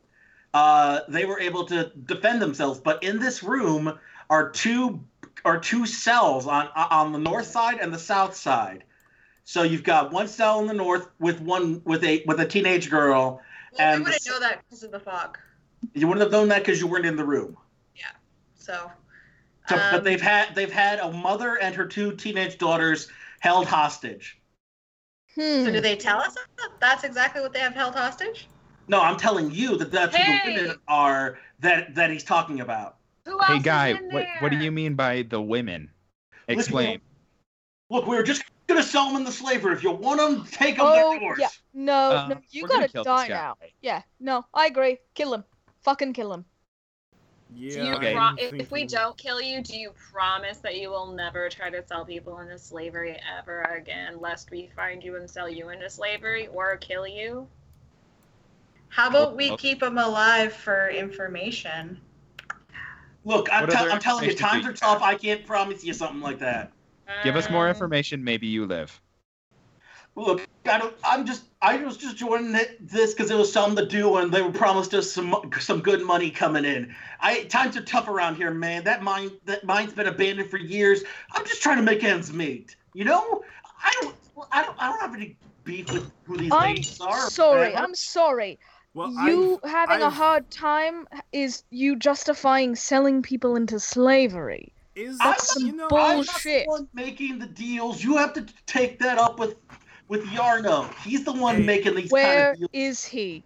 uh, they were able to defend themselves. But in this room are two are two cells on on the north side and the south side. So you've got one cell in the north with one with a with a teenage girl. Well, And the we wouldn't s- know that because of the fog. You wouldn't have known that because you weren't in the room. So, So, um, but they've had they've had a mother and her two teenage daughters held hostage. so Hmm. do they tell us that that's exactly what they have held hostage? No, I'm telling you that that's who Hey! the women are that that he's talking about. Who else hey guy, is in what there? what do you mean by the women? Explain. Look, we were just gonna sell them in the slaver. If you want them, take them. Oh, they're yours. yeah. No, no, Uh, Um, you we're gonna gotta kill this die guy. now. Yeah, no, I agree. Kill him. Fucking kill him. Do Yeah, you Okay. pro- I'm if, if we thinking- don't kill you, do you promise that you will never try to sell people into slavery ever again, lest we find you and sell you into slavery or kill you? How about we Oh. keep them alive for information? Look, I'm, What tell- other I'm telling you, information times do are you tough. I can't promise you something like that. Give us more Um, information. Maybe you live. Look, I don't. I'm just. I was just joining it- this because it was something to do, and they were promised us some some good money coming in. I times are tough around here, man. That mine that mine's been abandoned for years. I'm just trying to make ends meet. You know, I don't. I don't. I don't have any beef with who these I'm ladies are. Sorry, whatever. I'm sorry. Well, you I've- having a I've- hard time is you justifying selling people into slavery. Is I'm That's not- some you know, bullshit. I'm not the one making the deals. You have to take that up with with Yarno. He's the one Hey. making these kind Where of deals. is he?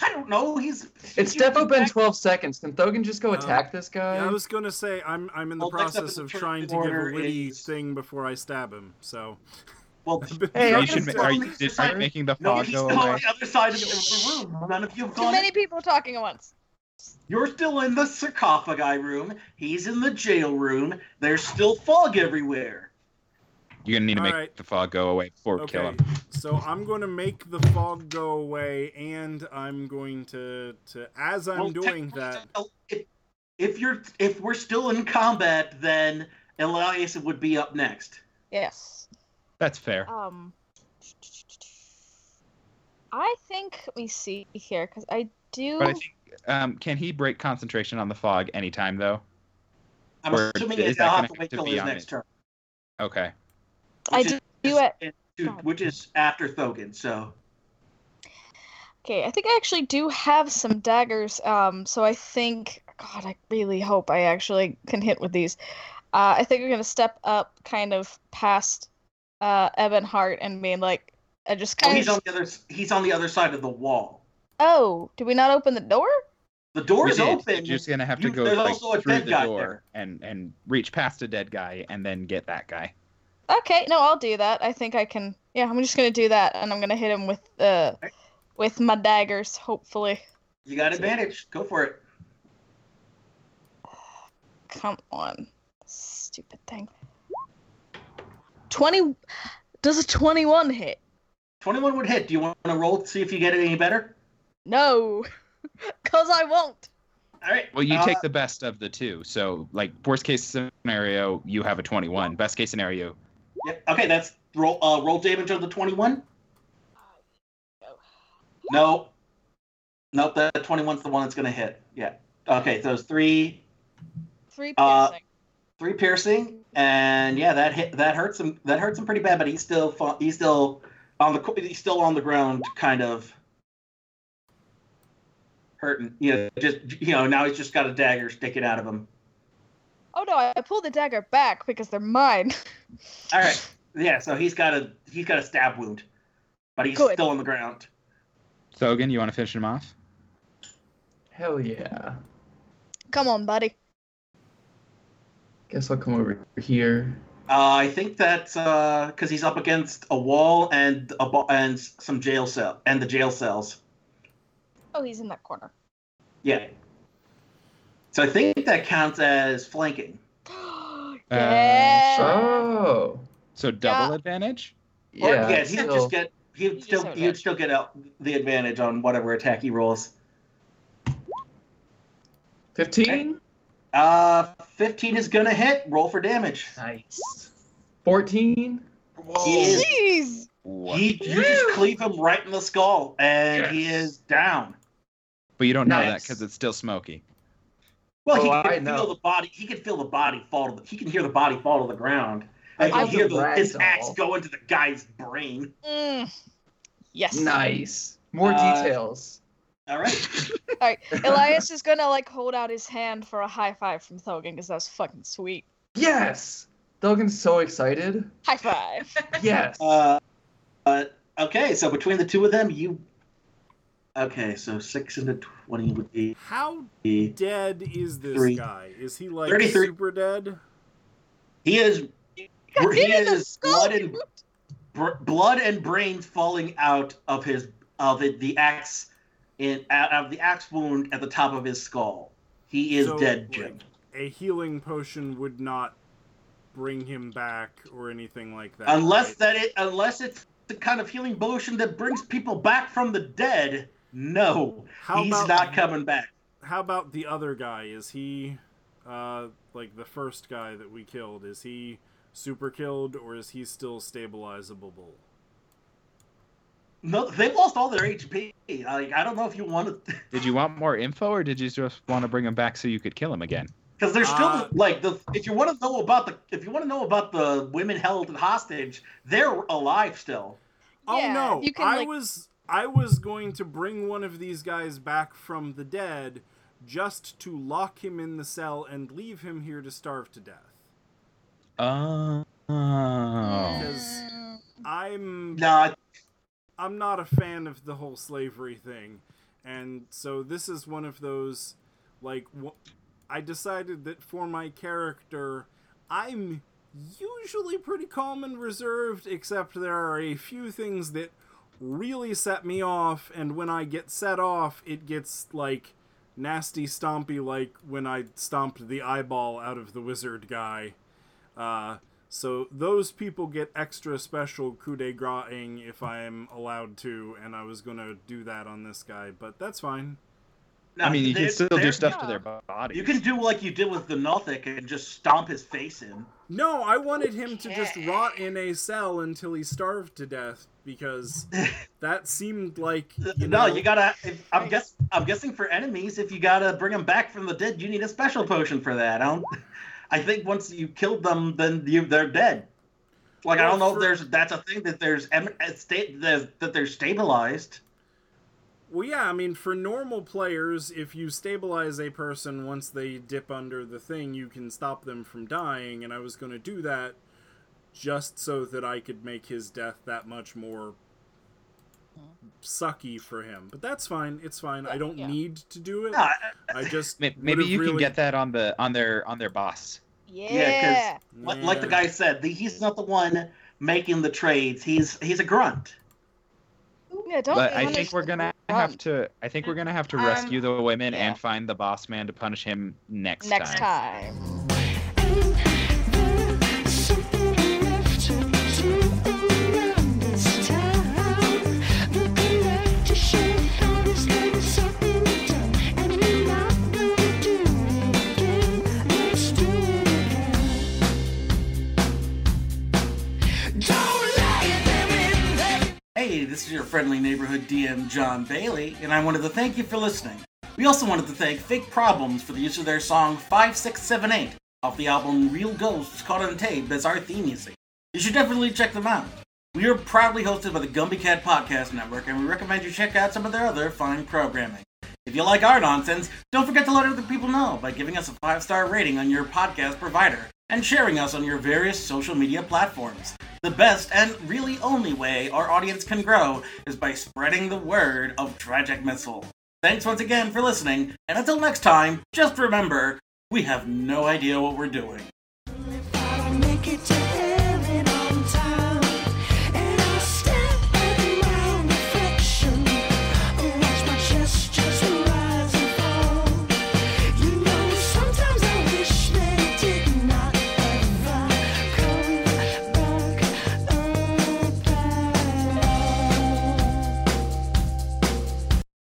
I don't know. He's It's you- definitely been 12 seconds. Can Thogan just go Uh, attack this guy? Yeah, I was gonna say I'm I'm in the Well, next up process in the of first trying to give a order witty is- thing before I stab him. So Well, Hey, you I'm should gonna ma- are stop you, did not making the fog nobody's go still away. on the other side of the room. None of you have Too gone. many people talking at once. You're still in the sarcophagi room. He's in the jail room. There's still fog everywhere. You're gonna need to All make right. the fog go away before we kill him. So I'm going to make the fog go away, and I'm going to to as I'm Well, doing technically, that. If, if you're if we're still in combat, then Elias would be up next. Yes. That's fair. Um, I think let me see here because I do. But I think um, can he break concentration on the fog anytime though? I'm Or assuming is he'll that have gonna to wait have to till be his on next it? turn, Okay. I which do, is- do it. to- which is after Thogan. So Okay, I think I actually do have some daggers. Um, so I think, God, I really hope I actually can hit with these. Uh, I think we're gonna step up, kind of past uh Ebon Hart and being like, I just well, Oh, kind he's of. on the other s- he's on the other side of the wall. Oh, did we not open the door? The We door's did. open. You're just gonna have to You- go there's like, also a through dead the guy door and and reach past a dead guy and then get that guy. Okay, no, I'll do that. I think I can. Yeah, I'm just gonna do that, and I'm gonna hit him with uh, Right. with my daggers, hopefully. You got advantage. Go for it. Come on, stupid thing. Twenty. Does a twenty-one hit? 21 would hit. Do you want to roll to see if you get it any better? No, cause I won't. All right. Well, you Uh, take the best of the two. So like worst case scenario, you have a 21. Best case scenario, yeah, okay, that's roll uh, roll damage on the 21. No. Nope, that 21's the one that's going to hit. Yeah. Okay, so it's three Three Uh, piercing. three piercing and yeah, that hit that hurts him that hurts him pretty bad, but he's still fu- he's still on the co- he's still on the ground kind of hurting. You know, just you know, now he's just got a dagger sticking out of him. oh no, I, I pulled the dagger back because they're mine. All right. Yeah, so he's got a he's got a stab wound, but he's Good. still on the ground. Thogan, you want to finish him off? Hell yeah. Come on, buddy. Guess I'll come over here. Uh, I think that's because he's up against a wall and a bo- and some jail cell and the jail cells. Oh, he's in that corner. Yeah. So I think that counts as flanking. Uh, Uh, yeah. Oh. So double Yeah. advantage. Or, Yeah. yeah. He would still- just get he You would just still have he would still get out the advantage on whatever attack he rolls. 15? Uh, fifteen is gonna hit. Roll for damage. Nice. 14? He is Jeez. he, you just cleave him right in the skull, and he Yes. is down. But you don't know that Nice. because it's still smoky. Well, he Oh, I can feel know. the body. He can feel the body fall. To the, he can hear the body fall to the ground. I I can was hear a the, his ragdoll. axe go into the guy's brain. Mm. Yes. Nice. More Uh, details. All right. All right, Elias is gonna like hold out his hand for a high five from Thogan because that was fucking sweet. Yes! Dogan's so excited. High five. Yes. Uh, uh, okay, so between the two of them, you. Okay, so six into twenty would be How he dead is this Three. guy? Is he like 33. super dead? is. Got He hit in the is skull, blood you and whooped. br- blood and brains falling out of his of it, the axe in out of the axe wound at the top of his skull. He is So, dead, like, Jim. a healing potion would not bring him back or anything like that. unless right? that it unless it's the kind of healing potion that brings people back from the dead no how he's about, not coming back How about the other guy? Is he uh like the first guy that we killed? Is he super killed or is he still stabilizable? no they've lost all their hp like i don't know if you want to Did you want more info, or did you just want to bring him back so you could kill him again? because there's still Uh, like the if you want to know about the if you want to know about the women held hostage they're alive still oh Yeah, no. you can, I like- was I was going to bring one of these guys back from the dead just to lock him in the cell and leave him here to starve to death. Oh. Because I'm no I- I'm not a fan of the whole slavery thing, and so this is one of those, like, wh- I decided that for my character, I'm usually pretty calm and reserved, except there are a few things that really set me off, and when I get set off, it gets like nasty stompy, like when I stomped the eyeball out of the wizard guy. Uh, so those people get extra special coup de grating if I am allowed to, and I was gonna do that on this guy, but that's fine. No, I mean, you they're- can still do they're- stuff to yeah. their body. You can do like you did with the Nothic and just stomp his face in. No, I wanted him to just rot in a cell until he starved to death because that seemed like you no, know, you gotta. If, I'm guess. I'm guessing for enemies, if you gotta bring them back from the dead, you need a special potion for that. I don't. I think once you killed them, then you they're dead. Like I Well, don't know for- if there's that's a thing that there's em- uh, sta- that that they're stabilized. Well, yeah, I mean, for normal players, if you stabilize a person once they dip under the thing, you can stop them from dying, and I was going to do that just so that I could make his death that much more sucky for him. But that's fine. It's fine. I don't yeah. need to do it. No, I- I just May- would Maybe have you really- can get that on the on their on their boss. Yeah. 'cause- Like, like the Yeah. guy said, the, he's not the one making the trades. He's he's a grunt. Yeah, don't but be I honest think we're with gonna the have grunt. to. I think we're gonna have to Um, rescue the women um, yeah. and find the boss man to punish him next, next time. Hey, this is your friendly neighborhood DM, John Bailey, and I wanted to thank you for listening. We also wanted to thank Fake Problems for the use of their song 5678 off the album Real Ghosts Caught on Tape as our theme music. You should definitely check them out. We are proudly hosted by the Gumby Cat Podcast Network, and we recommend you check out some of their other fine programming. If you like our nonsense, don't forget to let other people know by giving us a five star rating on your podcast provider and sharing us on your various social media platforms. The best and really only way our audience can grow is by spreading the word of Tragic Missile. Thanks once again for listening, and until next time, just remember we have no idea what we're doing. If I don't make it to